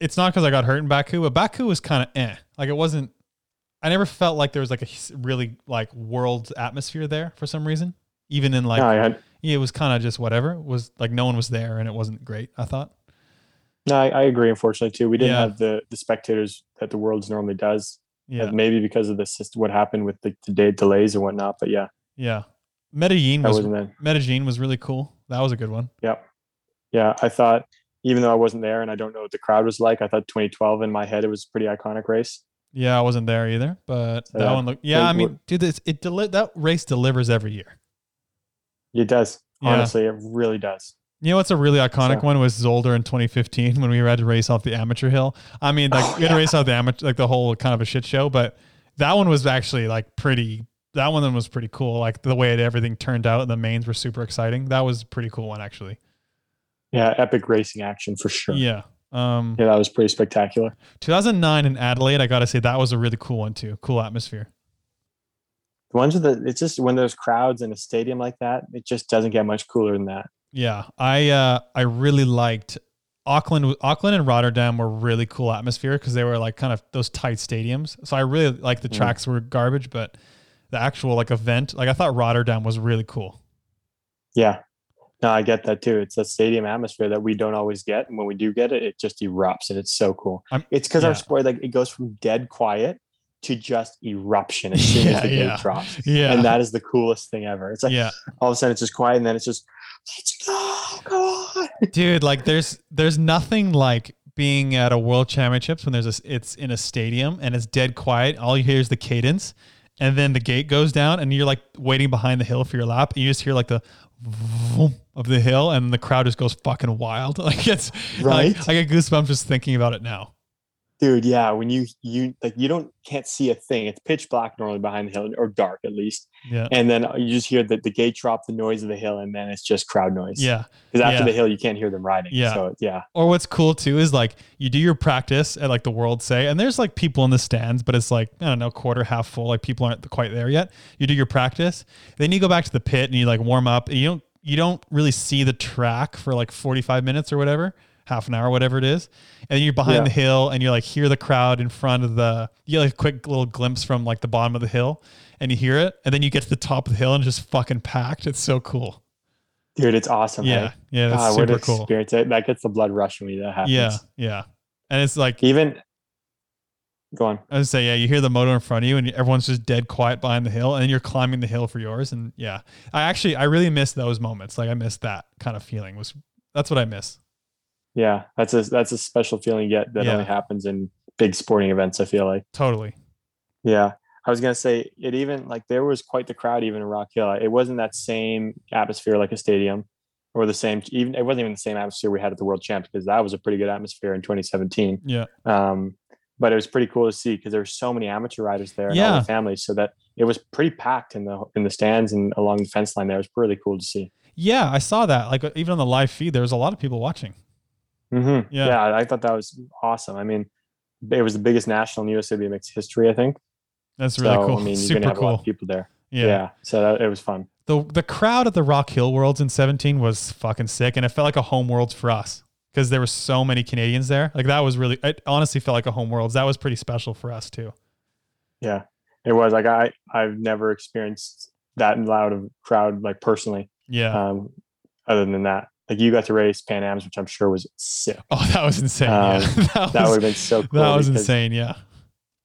C: it's not because I got hurt in Baku, but Baku was kind of eh. Like it wasn't. I never felt like there was like a s- really like world atmosphere there for some reason. Even in like
G: no, I had,
C: it was kind of just whatever. It was like no one was there and it wasn't great. I thought.
G: no I, I agree unfortunately too we didn't
C: Yeah.
G: have the the spectators that the worlds normally does
C: Yeah.
G: Uh, maybe because of the system, what happened with the, the day delays and whatnot. But yeah,
C: yeah. Medellin
G: that
C: was
G: wasn't it.
C: Medellin was really cool. That was a good one.
G: Yep. Yeah, I thought even though I wasn't there and I don't know what the crowd was like, I thought 2012 in my head it was a pretty iconic race.
C: Yeah, I wasn't there either, but that
G: Yeah.
C: one looked. Yeah, I
G: They
C: mean, dude, it's, it deli- that race delivers every year.
G: It does.
C: Yeah.
G: Honestly, it really does.
C: You know what's a really iconic
G: So-
C: one was Zolder in 2015 when we had to race off the amateur hill. I mean, like
G: Oh,
C: we had to
G: yeah.
C: race off the amateur, like the whole kind of a shit show. But that one was actually like pretty. That one was pretty cool. Like the way it, everything turned out, and the mains were super exciting. That was a pretty cool one actually.
G: Yeah, epic racing action for sure. Yeah,
C: Yeah. Um,
G: that was pretty spectacular.
C: 2009 in Adelaide, I gotta say that was a really cool one too. Cool atmosphere.
G: The ones with the, it's just when there's crowds in a stadium like that, it just doesn't get much cooler than that.
C: Yeah, I uh, I really liked Auckland. Auckland and Rotterdam were really cool atmosphere because they were like kind of those tight stadiums. So I really like the
G: Mm.
C: tracks were garbage, but the actual like event, like I thought Rotterdam was really cool.
G: Yeah. No, I get that too. It's a stadium atmosphere that we don't always get, and when we do get it, it just erupts, and it's so cool.
C: I'm-
G: it's because
C: yeah.
G: our sport like it goes from dead quiet to just eruption as soon
C: Yeah,
G: as the
C: yeah.
G: gate drops,
C: Yeah,
G: and that is the coolest thing ever. It's like
C: yeah,
G: all of a sudden it's just quiet, and then it's just let's go, go on.
C: dude. Like there's there's nothing like being at a World Championships when there's a s- it's in a stadium and it's dead quiet. All you hear is the cadence, and then the gate goes down, and you're like waiting behind the hill for your lap, and you just hear like the. vroom Of the hill, and the crowd just goes fucking wild. Like it's,
G: Right?
C: Like, I get goosebumps just thinking about it now.
G: Dude, yeah, when you you like you don't can't see a thing. It's pitch black normally behind the hill or dark at least.
C: Yeah.
G: And then you just hear the, the gate drop the noise of the hill and then it's just crowd noise.
C: Yeah.
G: Because after
C: Yeah.
G: the hill you can't hear them riding.
C: Yeah.
G: So yeah.
C: Or what's cool too is like you do your practice at like the World Say, and there's like people in the stands, but it's like I don't know, quarter half full. Like people aren't quite there yet. You do your practice, then you go back to the pit and you like warm up. And you don't you don't really see the track for like 45 minutes or whatever, half an hour, whatever it is. And then you're behind
G: Yeah.
C: the hill and you like hear the crowd in front of the. You get like a quick little glimpse from like the bottom of the hill, and you hear it, and then you get to the top of the hill and it's just fucking packed. It's so cool.
G: Dude, it's awesome.
C: Yeah.
G: hey?
C: Yeah, that's
G: what
C: super
G: an
C: cool.
G: Experience. That, that gets the blood rushing when that happens.
C: Yeah, yeah. And it's like
G: even Go on.
C: I would say, yeah, you hear the motor in front of you, and everyone's just dead quiet behind the hill, and you're climbing the hill for yours. And yeah, I actually, I really miss those moments. Like I miss that kind of feeling. Was that's what I miss.
G: Yeah, that's a that's a special feeling yet that
C: Yeah.
G: only happens in big sporting events. I feel like.
C: Totally.
G: Yeah, I was gonna say it. Even like there was quite the crowd even in Rock Hill. It wasn't that same atmosphere like a stadium, or the same. Even it wasn't even the same atmosphere we had at the World Champs because that was a pretty good atmosphere in 2017.
C: Yeah.
G: Um, but it was pretty cool to see because there were so many amateur riders there and all
C: Yeah.
G: the families, so that it was pretty packed in the in the stands and along the fence line. There it was really cool to see.
C: Yeah, I saw that. Like uh, even on the live feed, there was a lot of people watching.
G: Mm-hmm.
C: Yeah.
G: Yeah. I thought that was awesome. I mean, it was the biggest national in USA BMX history, I think.
C: That's really
G: So,
C: cool.
G: I mean, you're
C: Super
G: gonna have a lot
C: cool.
G: of people there.
C: Yeah.
G: so that, it was fun.
C: The the crowd at the Rock Hill Worlds in 17 was fucking sick, and it felt like a home Worlds for us because there were so many Canadians there. Like that was really, it honestly felt like a home Worlds. That was pretty special for us too.
G: Yeah, it was like I I've never experienced that loud of crowd like personally.
C: Yeah.
G: Um, other than that, like you got to race Pan Am's, which I'm sure was sick.
C: Oh, that was insane. yeah.
G: Um,
C: that,
G: that
C: was-
G: would have been so cool.
C: That was
G: because
C: insane. Yeah.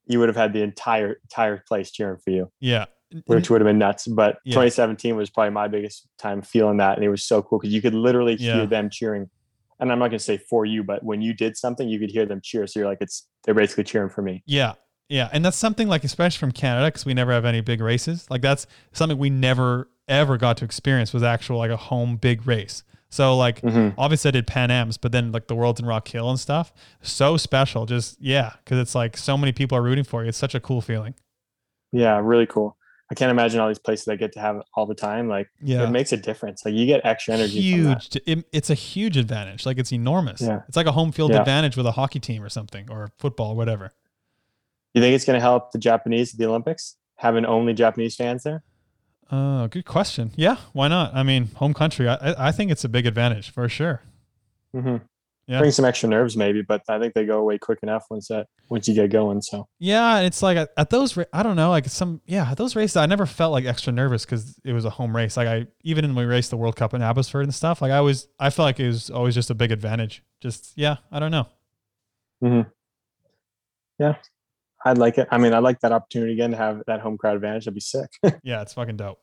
G: You would have had the entire entire place cheering for you.
C: Yeah.
G: which would have been nuts. But
C: Yeah.
G: 2017 was probably my biggest time feeling that, and it was so cool because you could literally
C: Yeah.
G: hear them cheering. And I'm not going to say for you, but when you did something, you could hear them cheer. So you're like, it's they're basically cheering for me.
C: Yeah. Yeah. And that's something like, especially from Canada, because we never have any big races. Like, that's something we never, ever got to experience was actual, like, a home big race. So, like,
G: Mhm.
C: obviously I did Pan Am's, but then, like, the Worlds in Rock Hill and stuff. So special. Just, yeah. Cause it's like so many people are rooting for you. It's such a cool feeling.
G: Yeah, really cool. I can't imagine all these places I get to have it all the time. Like,
C: Yeah.
G: it makes a difference. Like, you get extra energy. From that.
C: Huge. d- It, it's a huge advantage. Like, it's enormous.
G: Yeah.
C: It's like a home field
G: Yeah.
C: advantage with a hockey team or something or football or whatever.
G: You think it's going to help the Japanese at the Olympics having only Japanese fans there?
C: Oh, good question. Yeah, why not? I mean, home country. I I I think it's a big advantage for sure.
G: Mm-hmm.
C: Yeah.
G: Bring some extra nerves, maybe, but I think they go away quick enough once that once you get going. So
C: Yeah, and it's like at, at those. ra- I don't know, like some. Yeah, at those races, I never felt like extra nervous because it was a home race. Like I even when we raced the World Cup in Abbotsford and stuff, like I was. I felt like it was always just a big advantage. Just yeah, I don't know.
G: I'd like it. I mean, I'd like that opportunity again to have that home crowd advantage. That'd be sick.
C: Yeah, it's fucking dope.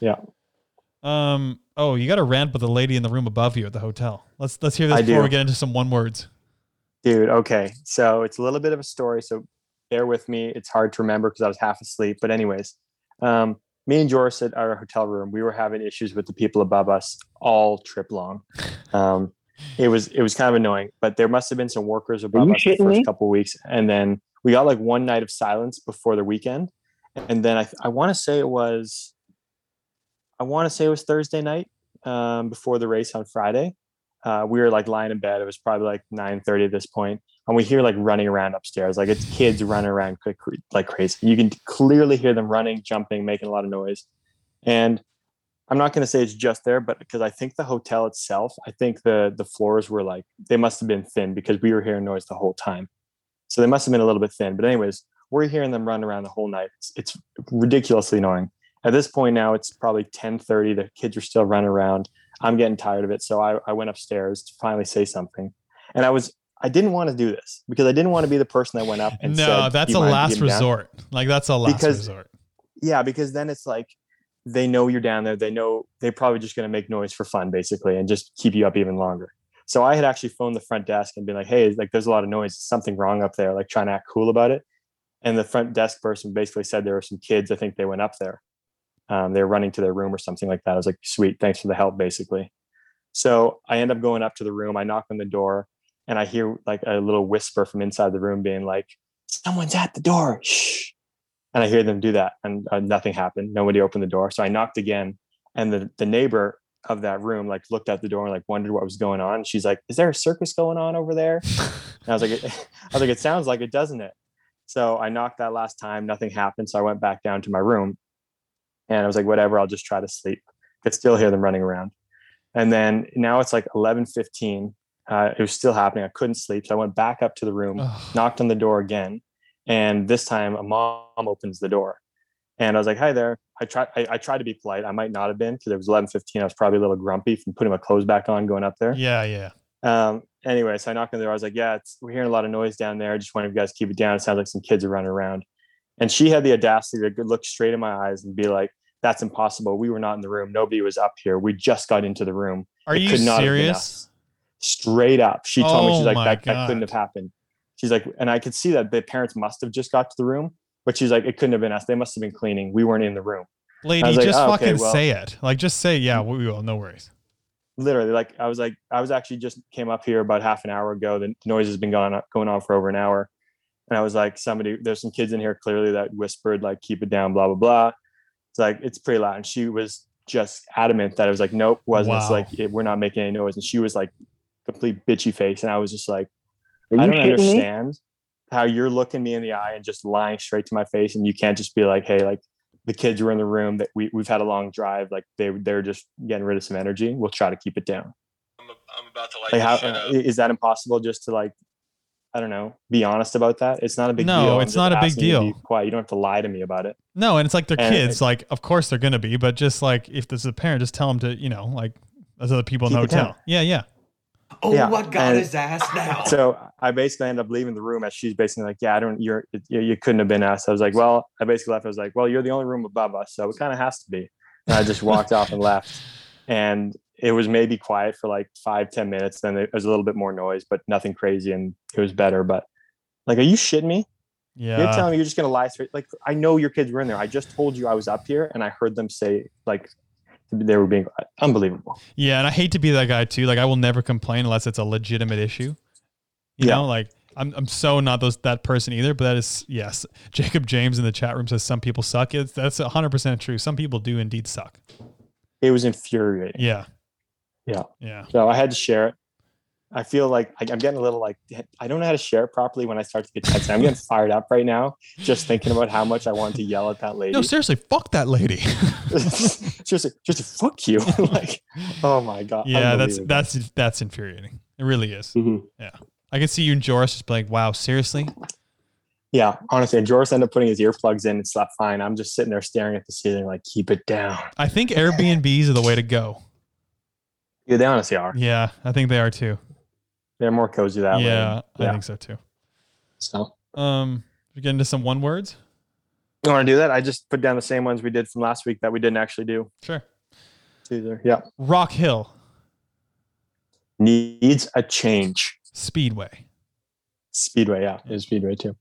G: Yeah.
C: Um. Oh, you got a rant with the lady in the room above you at the hotel. Let's let's hear this
G: I
C: before
G: do.
C: we get into some one words.
G: Dude, okay. So it's a little bit of a story. So bear with me. It's hard to remember because I was half asleep. But, anyways, um, me and Joris at our hotel room, we were having issues with the people above us all trip long. Um, it was it was kind of annoying, but there must have been some workers above
H: you
G: us the
H: shitting
G: first
H: me?
G: couple weeks, and then we got like one night of silence before the weekend, and then I I want to say it was, I want to say it was Thursday night um, before the race on Friday. Uh, we were like lying in bed. It was probably like nine thirty at this point, and we hear like running around upstairs. Like it's kids running around quick, like crazy. You can clearly hear them running, jumping, making a lot of noise. And I'm not going to say it's just there, but because I think the hotel itself, I think the the floors were like they must have been thin because we were hearing noise the whole time. So they must have been a little bit thin. But anyways, we're hearing them run around the whole night. It's, it's ridiculously annoying. At this point now, it's probably 10:30. The kids are still running around. I'm getting tired of it, so I, I went upstairs to finally say something. And I was I didn't want to do this because I didn't want to be the person that went up and said,
C: no,
G: "Do
C: that's
G: you
C: a
G: mind
C: last
G: getting down?"
C: resort. Like that's a last
G: Because-
C: resort.
G: yeah because then it's like they know you're down there they know they're probably just going to make noise for fun basically and just keep you up even longer so i had actually phoned the front desk and been like hey like there's a lot of noise Is something wrong up there like trying to act cool about it and the front desk person basically said there were some kids i think they went up there um, they were running to their room or something like that i was like sweet thanks for the help basically so i end up going up to the room i knock on the door and I hear like a little whisper from inside the room being like, someone's at the door. Shh. And I hear them do that, and uh, nothing happened. Nobody opened the door. So I knocked again, and the, the neighbor of that room like looked out the door and like wondered what was going on. She's like, "Is there a circus going on over there?" And I was like, "I was like, it sounds like it, doesn't it?" So I knocked that last time. Nothing happened. So I went back down to my room, and I was like, "Whatever. I'll just try to sleep." Could still hear them running around, and then now it's like eleven fifteen. Uh, it was still happening. I couldn't sleep, so I went back up to the room,
C: Uh-huh.
G: knocked on the door again, and this time a mom opens the door and I was like, "Hi there." I tried. I, I tried to be polite. I might not have been because it was eleven fifteen. I was probably a little grumpy from putting my clothes back on, going up there.
C: Yeah, yeah.
G: Um. Anyway, so I knocked on the door. I was like, "Yeah, it's, we're hearing a lot of noise down there. I just wanted you guys to keep it down. It sounds like some kids are running around." And she had the audacity to look straight in my eyes and be like, "That's impossible. We were not in the room. Nobody was up here. We just got into the room.
C: Are
G: It
C: you
G: could not have been us."
C: serious?
G: straight up. She told me
C: Oh
G: she's like
C: my
G: that, that
C: God.
G: couldn't have happened. She's like, and I could see that the parents must have just got to the room, but she's like, it couldn't have been us. They must have been cleaning. We weren't in the room. I
C: Lady,
G: was like,
C: just
G: "Oh, okay,
C: fucking
G: well."
C: say it. Like, just say, yeah, we will. No worries.
G: Literally, like I was like, I was actually just came up here about half an hour ago. The noise has been going on, going on for over an hour, and I was like, somebody, there's some kids in here clearly that whispered like, keep it down, blah blah blah. It's like it's pretty loud, and she was just adamant that it was like, nope, wasn't. It's
C: Wow.
G: like it, we're not making any noise, and she was like, complete bitchy face, and I was just like.
J: Are
G: I
J: you
G: don't
J: shitting me?
G: understand how you're looking me in the eye and just lying straight to my face, and you can't just be like, "Hey, like the kids were in the room that we we've had a long drive, like they they're just getting rid of some energy. We'll try to keep it down." I'm, about to like, how, is that impossible? Just to like, I don't know, be honest about that. It's not a big
C: No,
G: deal. I'm
C: it's
G: just
C: not a big
G: asking you to
C: deal.
G: be Quiet. You don't have to lie to me about it.
C: No, and it's like they're
G: And-
C: kids. Like, of course they're gonna be, but just like if there's a parent, just tell them to, you know, like as other people in the
G: Keep it down.
C: hotel. Yeah, yeah.
A: Oh,
G: Yeah,
A: I got
G: and-
A: his ass now.
G: So I basically ended up leaving the room as she's basically like, "Yeah, I don't. You're it- you, you couldn't have been us." I was like, "Well," I basically left. I was like, "Well, you're the only room above us, so it kind of has to be." And I just walked off and left. And it was maybe quiet for like five, ten minutes. Then there was a little bit more noise, but nothing crazy, and it was better. But like, are you shitting me? You're
C: Yeah.
G: telling me you're just gonna lie straight? Like, I know your kids were in there. I just told you I was up here, and I heard them say like they were being unbelievable.
C: Yeah, and I hate to be that guy too. Like I will never complain unless it's a legitimate issue. You
G: Yeah.
C: know, like I'm I'm so not those that person either, but that is yes. Jacob James in the chat room says some people suck. It's that's hundred percent true. Some people do indeed suck.
G: It was infuriating.
C: Yeah.
G: Yeah.
C: Yeah.
G: So I had to share it. I feel like I- I'm getting a little like I don't know how to share it properly when I start to get tense. I'm getting fired up right now just thinking about how much I wanted to yell at that lady.
C: No, seriously, fuck that lady.
G: just just fuck you. like oh my god.
C: yeah, that's
G: Unbelievable.
C: that's that's infuriating. It really is.
G: Mhm.
C: Yeah. I can see you and Joris just be like, wow, seriously?
G: yeah. Honestly, and Joris ended up putting his earplugs in. It's not fine. I'm just sitting there staring at the ceiling, like keep it down.
C: I think Airbnbs are the way to go.
G: Yeah, they honestly are.
C: Yeah, I think they are too.
G: They're more cozy that
C: yeah,
G: way.
C: I think so too.
G: So
C: Um, we get into some one words.
G: you want to do that? I just put down the same ones we did from last week that we didn't actually do.
C: Sure.
G: Either. Yeah.
C: Rock Hill
G: Needs a change.
C: Speedway.
G: Speedway, yeah, it was Speedway too.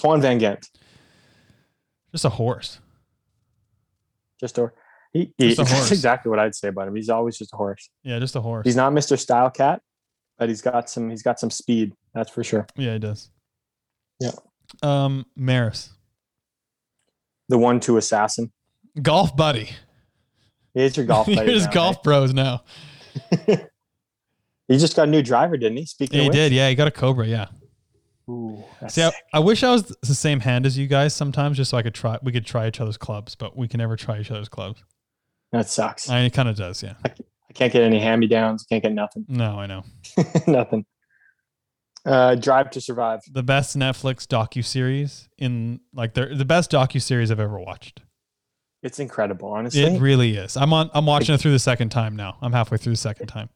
G: Twan Van Gent,
C: Just a horse.
G: just a he, he-
C: Just a horse.
G: That's exactly what I'd say about him. He's always just a horse.
C: Yeah, just a horse.
G: He's not Mr. Style Cat, but he's got some. He's got some speed. That's for sure.
C: yeah, he does.
G: Yeah.
C: Um, Maris.
G: The one-two assassin.
C: Golf buddy.
G: He's your golf
C: You're
G: player.
C: just
G: now,
C: golf
G: right?
C: bros now.
G: He just got a new driver, didn't he? Speaking,
C: Yeah, he
G: of
C: did. Yeah, he got a Cobra. Yeah.
G: Which, Ooh, that's
C: See, I, I wish I was the same hand as you guys sometimes, just so I could try. We could try each other's clubs, but we can never try each other's clubs.
G: that sucks. I,
C: I mean, it kind of does. Yeah.
G: can't get any hand-me-downs. Can't get nothing.
C: No, I know.
G: nothing. Uh, drive to survive.
C: The best Netflix docu series in like they're the best docu series I've ever watched.
G: It's incredible, honestly.
C: It really is. I'm on. I'm watching it through the second time now. I'm halfway through the second time.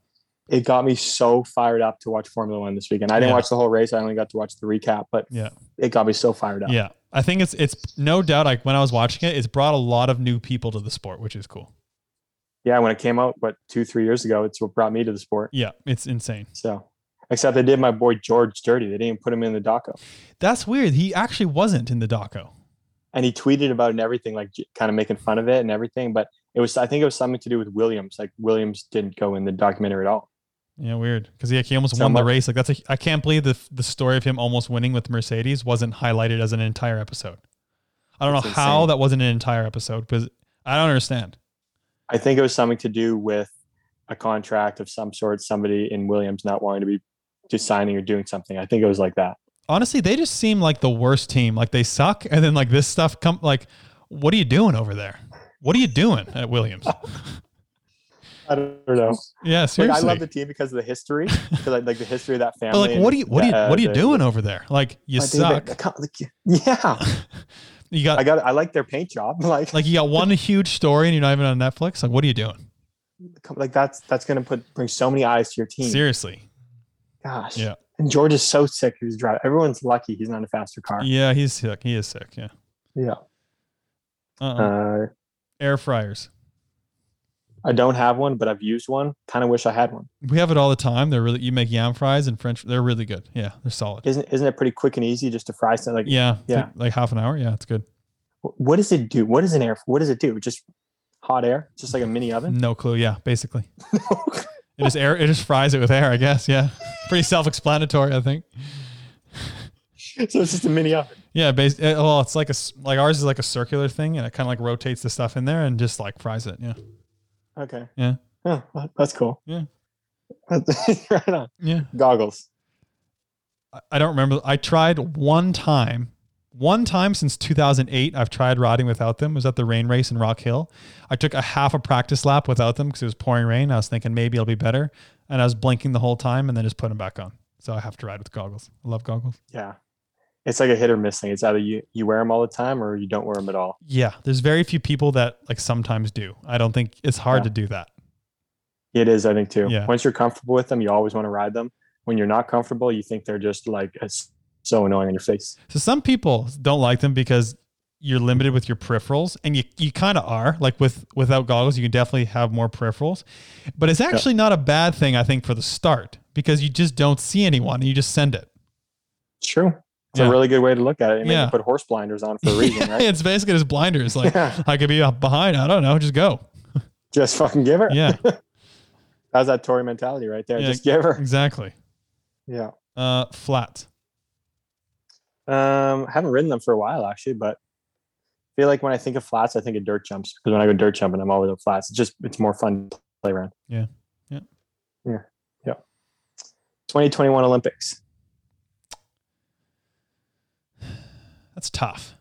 G: it got me so fired up to watch Formula One this weekend. I didn't
C: Yeah.
G: watch the whole race. I only got to watch the recap, but
C: Yeah.
G: it got me so fired up.
C: Yeah. I think it's it's no doubt like when I was watching it, it's brought a lot of new people to the sport, which is cool.
G: Yeah, when it came out, what two, three years ago, it's what brought me to the sport.
C: Yeah, it's insane.
G: So, except they did my boy George dirty. They didn't even put him in the doco,
C: That's weird. He actually wasn't in the doco.
G: and he tweeted about it and everything, like kind of making fun of it and everything. But it was, I think, it was something to do with Williams. Like Williams didn't go in the documentary at all.
C: Yeah, weird. Because yeah, he almost
G: So
C: won the
G: much-
C: race. Like that's a, I can't believe the the story of him almost winning with Mercedes wasn't highlighted as an entire episode. I don't
G: That's
C: know how
G: insane.
C: that wasn't an entire episode because I don't understand.
G: I think it was something to do with a contract of some sort, somebody in Williams not wanting to be just signing or doing something. I think it was like that.
C: Honestly, they just seem like the worst team. Like they suck, and then like this stuff come. Like, what are you doing over there? What are you doing at Williams?
G: I don't know.
C: Yeah, seriously.
G: Like, I love the team because of the history, because like, like the history of that family.
C: But like,
G: and
C: what are you what are you
G: the- uh,
C: what are you
G: the-
C: doing over there? Like you
G: I think
C: suck.
G: that- yeah,
C: you got
G: I got. I like their paint job. Like,
C: like you got one huge story, and you're not even on Netflix. Like, what are you doing?
G: like that's that's gonna put bring so many eyes to your team.
C: Seriously.
G: Gosh.
C: Yeah.
G: And George is so sick. He was driving. Everyone's lucky he's not in a faster car.
C: Yeah, he's sick. He is sick. Yeah.
G: Yeah.
C: Uh-uh.
G: Uh,
C: Air fryers.
G: I don't have one, but I've used one. Kind of wish I had one.
C: We have it all the time. They're really you make yam fries and French. They're really good. Yeah, they're solid.
G: Isn't isn't it pretty quick and easy just to fry something? Like,
C: Yeah.
G: Yeah.
C: take, Like half an hour. Yeah, it's good.
G: wh- what does it do? What does an air? What does it do? Just hot air? Just like a mini oven?
C: No clue. Yeah, basically. it just air. It just fries it with air. I guess. Yeah. Pretty self-explanatory. I think.
G: so it's just a mini oven.
C: Yeah. Bas- eh, well, it's like a s- like ours is like a circular thing, and it kind of like rotates the stuff in there and just like fries it. Yeah.
G: Okay.
C: Yeah.
G: Huh, that- that's cool.
C: Yeah.
G: That's- right on.
C: Yeah.
G: Goggles.
C: I- I don't remember. I tried one time, one time since 2008. I've tried riding without them. It was at the rain race in Rock Hill. I took a half a practice lap without them because it was pouring rain. I was thinking maybe it'll be better, and I was blinking the whole time, and then just put them back on. So I have to ride with goggles. I love goggles.
G: Yeah. It's like a hit or miss thing. It's either you, you wear them all the time or you don't wear them at all.
C: Yeah, there's very few people that like sometimes do. I don't think it's hard
G: Yeah.
C: to do that.
G: It is, I think, too.
C: Yeah.
G: Once you're comfortable with them, you always want to ride them. When you're not comfortable, you think they're just like it's so annoying on your face.
C: So some people don't like them because you're limited with your peripherals and you, you kind of are like with without goggles you can definitely have more peripherals but it's actually not a bad thing i think for the start because you just don't see anyone and you just send it
G: It's true. It's
C: Yeah.
G: a really good way to look at it. I mean,
C: Yeah.
G: you put horse blinders on for a reason, right?
C: it's basically just blinders like
G: Yeah.
C: i could be up behind i don't know just go
G: Just fucking give her.
C: yeah
G: That's that Tory mentality right there.
C: Yeah.
G: Just give her.
C: exactly
G: Yeah.
C: uh flat
G: Um, I haven't ridden them for a while actually, but I feel like when I think of flats, I think of dirt jumps because when I go dirt jumping, I'm always on flats. It's just it's more fun to play around.
C: Yeah. Yeah.
G: Yeah. Yeah. 2021 Olympics.
C: that's tough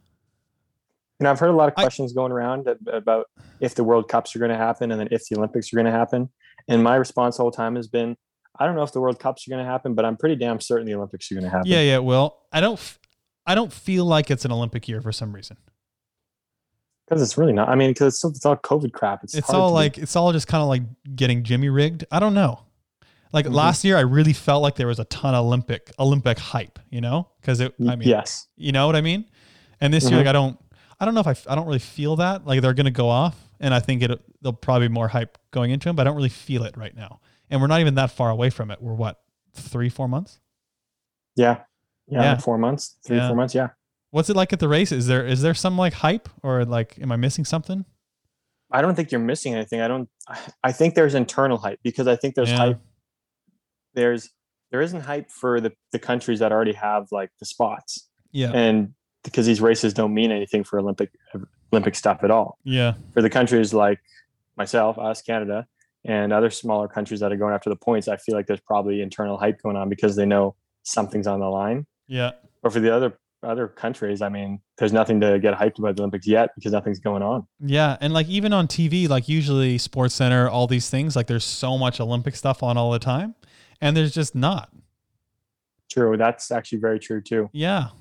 G: You know, I've heard a lot of
C: I-
G: questions going around ab- about if the World Cups are going to happen and then if the Olympics are going to happen. And my response the whole time has been, I don't know if the World Cups are going to happen, but I'm pretty damn certain the Olympics are going to happen.
C: yeah yeah it will i don't f- i don't feel like it's an olympic year for some reason
G: Because it's really not. I mean, because it's, still- it's all COVID crap. It's,
C: it's,
G: hard
C: all
G: to be-
C: like it's all just kind of like getting Jimmy rigged. I don't know. Like
G: Mhm.
C: last year, I really felt like there was a ton of Olympic Olympic hype, you know, because it. I mean,
G: yes.
C: you know what I mean. And this year,
G: Mhm.
C: like I don't, I don't know if I, f- I don't really feel that. Like they're gonna go off, and I think it there'll probably be more hype going into them, but I don't really feel it right now. And we're not even that far away from it. We're what three, four months.
G: Yeah. Yeah.
C: Yeah.
G: Four months, three,
C: Yeah.
G: four months. Yeah.
C: What's it like at the race? Is there is there some like hype or like am I missing something?
G: I don't think you're missing anything. I don't. I- I think there's internal hype because I think there's
C: Yeah.
G: hype. There's there isn't hype for the the countries that already have like the spots,
C: Yeah,
G: and because these races don't mean anything for Olympic Olympic stuff at all.
C: yeah,
G: For the countries like myself, us, Canada, and other smaller countries that are going after the points, I feel like there's probably internal hype going on because they know something's on the line.
C: yeah.
G: But for the other other countries, I mean, there's nothing to get hyped about the Olympics yet because nothing's going on.
C: Yeah, and like even on TV, like usually Sports Center, all these things, like there's so much Olympic stuff on all the time, and there's just not.
G: True, that's actually very true too.
C: Yeah,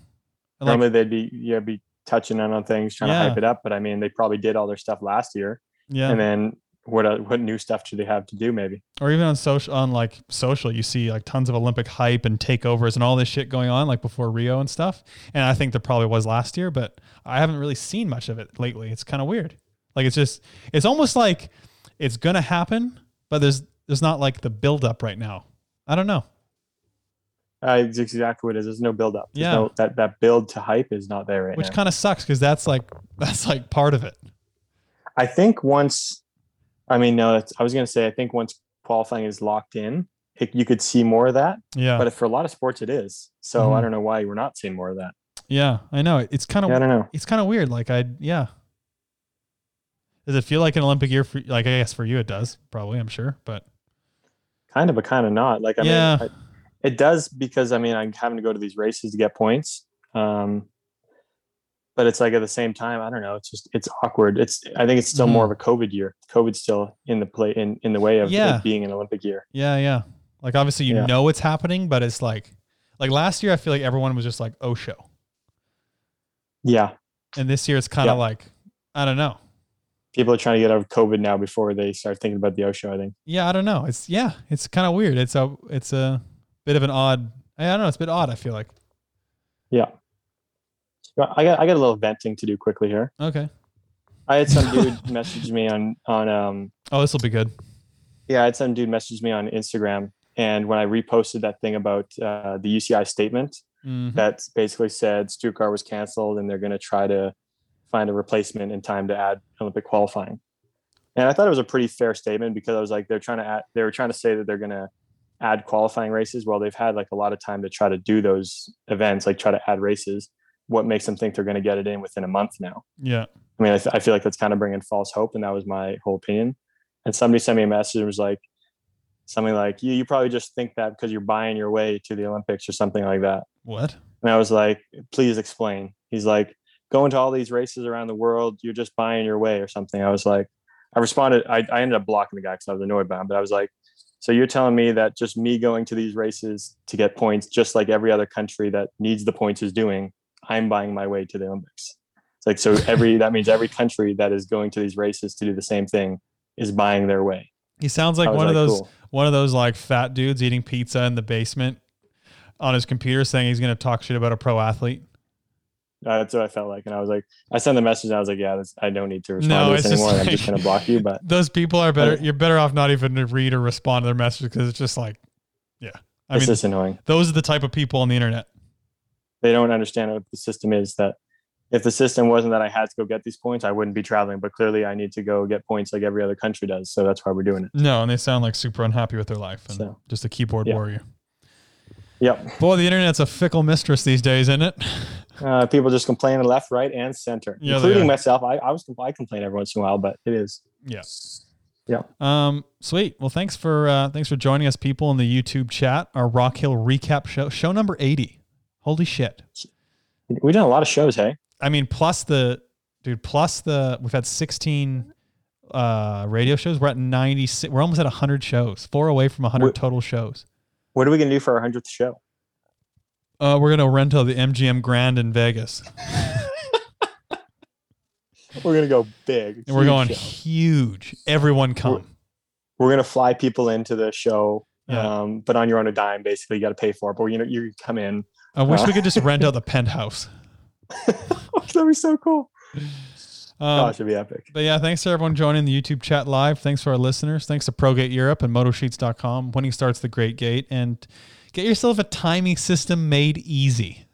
C: And, like,
G: Normally they'd be yeah be touching in on things, trying to
C: Yeah.
G: hype it up. But I mean, they probably did all their stuff last year,
C: yeah,
G: and then what el- what new stuff do they have to do? Maybe
C: or even on social, on like social, you see like tons of Olympic hype and takeovers and all this shit going on, like before Rio and stuff. And I think there probably was last year, but I haven't really seen much of it lately. It's kind of weird. Like it's just, it's almost like it's gonna happen, but there's there's not like the buildup right now. I don't know.
G: uh, it's exactly what it is. There's no build up. There's
C: Yeah.
G: no, that that build to hype is not there right
C: Which
G: now.
C: kind of sucks because that's like that's like part of it.
G: I think once, I mean, no, that's, I was gonna say I think once qualifying is locked in, it, you could see more of that.
C: Yeah.
G: But for a lot of sports, it is. So I
C: Mhm.
G: don't know why we're not seeing more of that.
C: Yeah, I know. It's kind of
G: Yeah, I don't know.
C: It's kind of weird. Like I yeah. Does it feel like an Olympic year for like I guess for you it does probably I'm sure but
G: Kind of, but kind of not. Like I
C: Yeah.
G: mean, I, it does because I mean I'm having to go to these races to get points. Um, but it's like at the same time, I don't know. It's just it's awkward. It's I think it's still
C: Mm-hmm.
G: more of a COVID year. COVID's still in the play in in the way of
C: Yeah.
G: it being an Olympic year.
C: yeah yeah like obviously you
G: Yeah.
C: know it's happening but it's like like last year I feel like everyone was just like oh show
G: Yeah.
C: and this year it's kind of
G: Yeah.
C: like I don't know
G: People are trying to get out of COVID now before they start thinking about the OSHA. I think.
C: yeah I don't know it's yeah it's kind of weird it's a it's a bit of an odd I don't know it's a bit odd I feel like
G: Yeah. Well, I got I got a little venting to do quickly here.
C: okay
G: I had some dude message me on on um
C: oh this will be good
G: yeah I had some dude message me on Instagram and when I reposted that thing about uh, the UCI statement
C: Mhm.
G: that basically said Stuttgart was canceled and they're going to try to find a replacement in time to add Olympic qualifying. And I thought it was a pretty fair statement because I was like they're trying to add, they were trying to say that they're going to add qualifying races. Well, they've had like a lot of time to try to do those events, like try to add races. What makes them think they're going to get it in within a month now?
C: yeah
G: I mean, I, th- I feel like that's kind of bringing false hope, and that was my whole opinion. And somebody sent me a message and was like, something like, "You, you probably just think that because you're buying your way to the Olympics or something like that."
C: what
G: And I was like, "Please explain." He's like, "Going to all these races around the world, you're just buying your way or something." I was like, I responded, I, I ended up blocking the guy because I was annoyed by him, but I was like, "So you're telling me that just me going to these races to get points, just like every other country that needs the points is doing, I'm buying my way to the Olympics." It's like so every that means every country that is going to these races to do the same thing is buying their way.
C: He sounds like
G: I was
C: one of
G: like,
C: those
G: "Cool."
C: one of those like fat dudes eating pizza in the basement on his computer saying he's gonna talk shit about a pro athlete.
G: Uh, that's what I felt like, and I was like, I sent the message. And I was like, yeah, that's, I don't need to respond
C: No,
G: to
C: it's
G: this
C: just
G: anymore. and I'm
C: like-
G: just gonna block you. But
C: Those people are better
G: Okay.
C: you're better off not even to read or respond to their message because it's just like yeah. I
G: it's
C: mean
G: just annoying.
C: those are the type of people on the internet.
G: they don't understand what the system is that if the system wasn't that I had to go get these points, I wouldn't be traveling. But clearly, I need to go get points like every other country does. So that's why we're doing it.
C: No, and they sound like super unhappy with their life and
G: So-
C: just a keyboard
G: Yeah.
C: warrior.
G: Yep.
C: Boy, the internet's a fickle mistress these days, isn't it?
G: Uh, people just complaining left, right, and center,
C: Yeah, they
G: including
C: are.
G: myself. I, I was I complain every once in a while, but it is.
C: Yeah.
G: Yeah.
C: Um, sweet. Well, thanks for uh, thanks for joining us, people, in the YouTube chat. Our Rock Hill recap show, show number eighty. Holy shit!
G: We've done a lot of shows, hey?
C: I mean, plus the dude, plus the we've had sixteen uh, radio shows. We're at ninety six. We're almost at hundred shows. Four away from
G: Wh-
C: hundred total shows.
G: What are we gonna do for our hundredth show?
C: Uh, we're gonna rental the MGM Grand in Vegas,
G: We're gonna go big.
C: and we're
G: huge
C: going
G: show.
C: huge. Everyone come.
G: We're gonna fly people into the show,
C: Yeah.
G: um, but on your own a dime. Basically, you got to pay for it. But you know, you come in.
C: I wish
G: Uh.
C: we could just rent out the penthouse.
G: Oh, That'd be so cool.
C: Um,
G: oh, it should be epic.
C: But yeah, thanks to everyone joining the YouTube chat live. Thanks to our listeners. Thanks to ProGate Europe and MotoSheets.com. Winning starts the great gate. And get yourself a timing system made easy.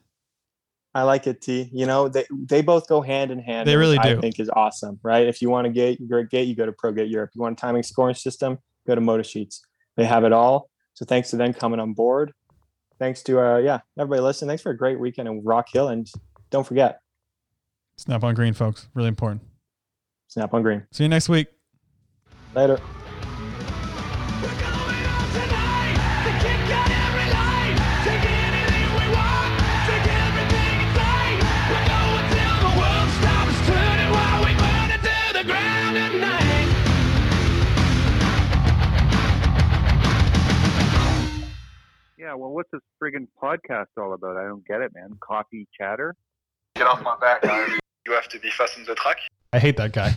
G: I like it, T. You know, they they both go hand in hand.
C: They
G: which
C: really
G: I
C: do.
G: think is awesome, right? If you want to get your gate, you go to Pro Gate Europe. You want a timing scoring system, go to Motor Sheets. They have it all. So thanks to them coming on board. Thanks to uh yeah, everybody listen. Thanks for a great weekend in Rock Hill and don't forget,
C: Snap on green, folks. Really important.
G: snap on green.
C: See you next week.
G: Later.
K: Yeah, well, what's this friggin' podcast all about? I don't get it, man. Coffee chatter?
B: Get off my back, guys. You have to be fast on the track.
C: I hate that guy.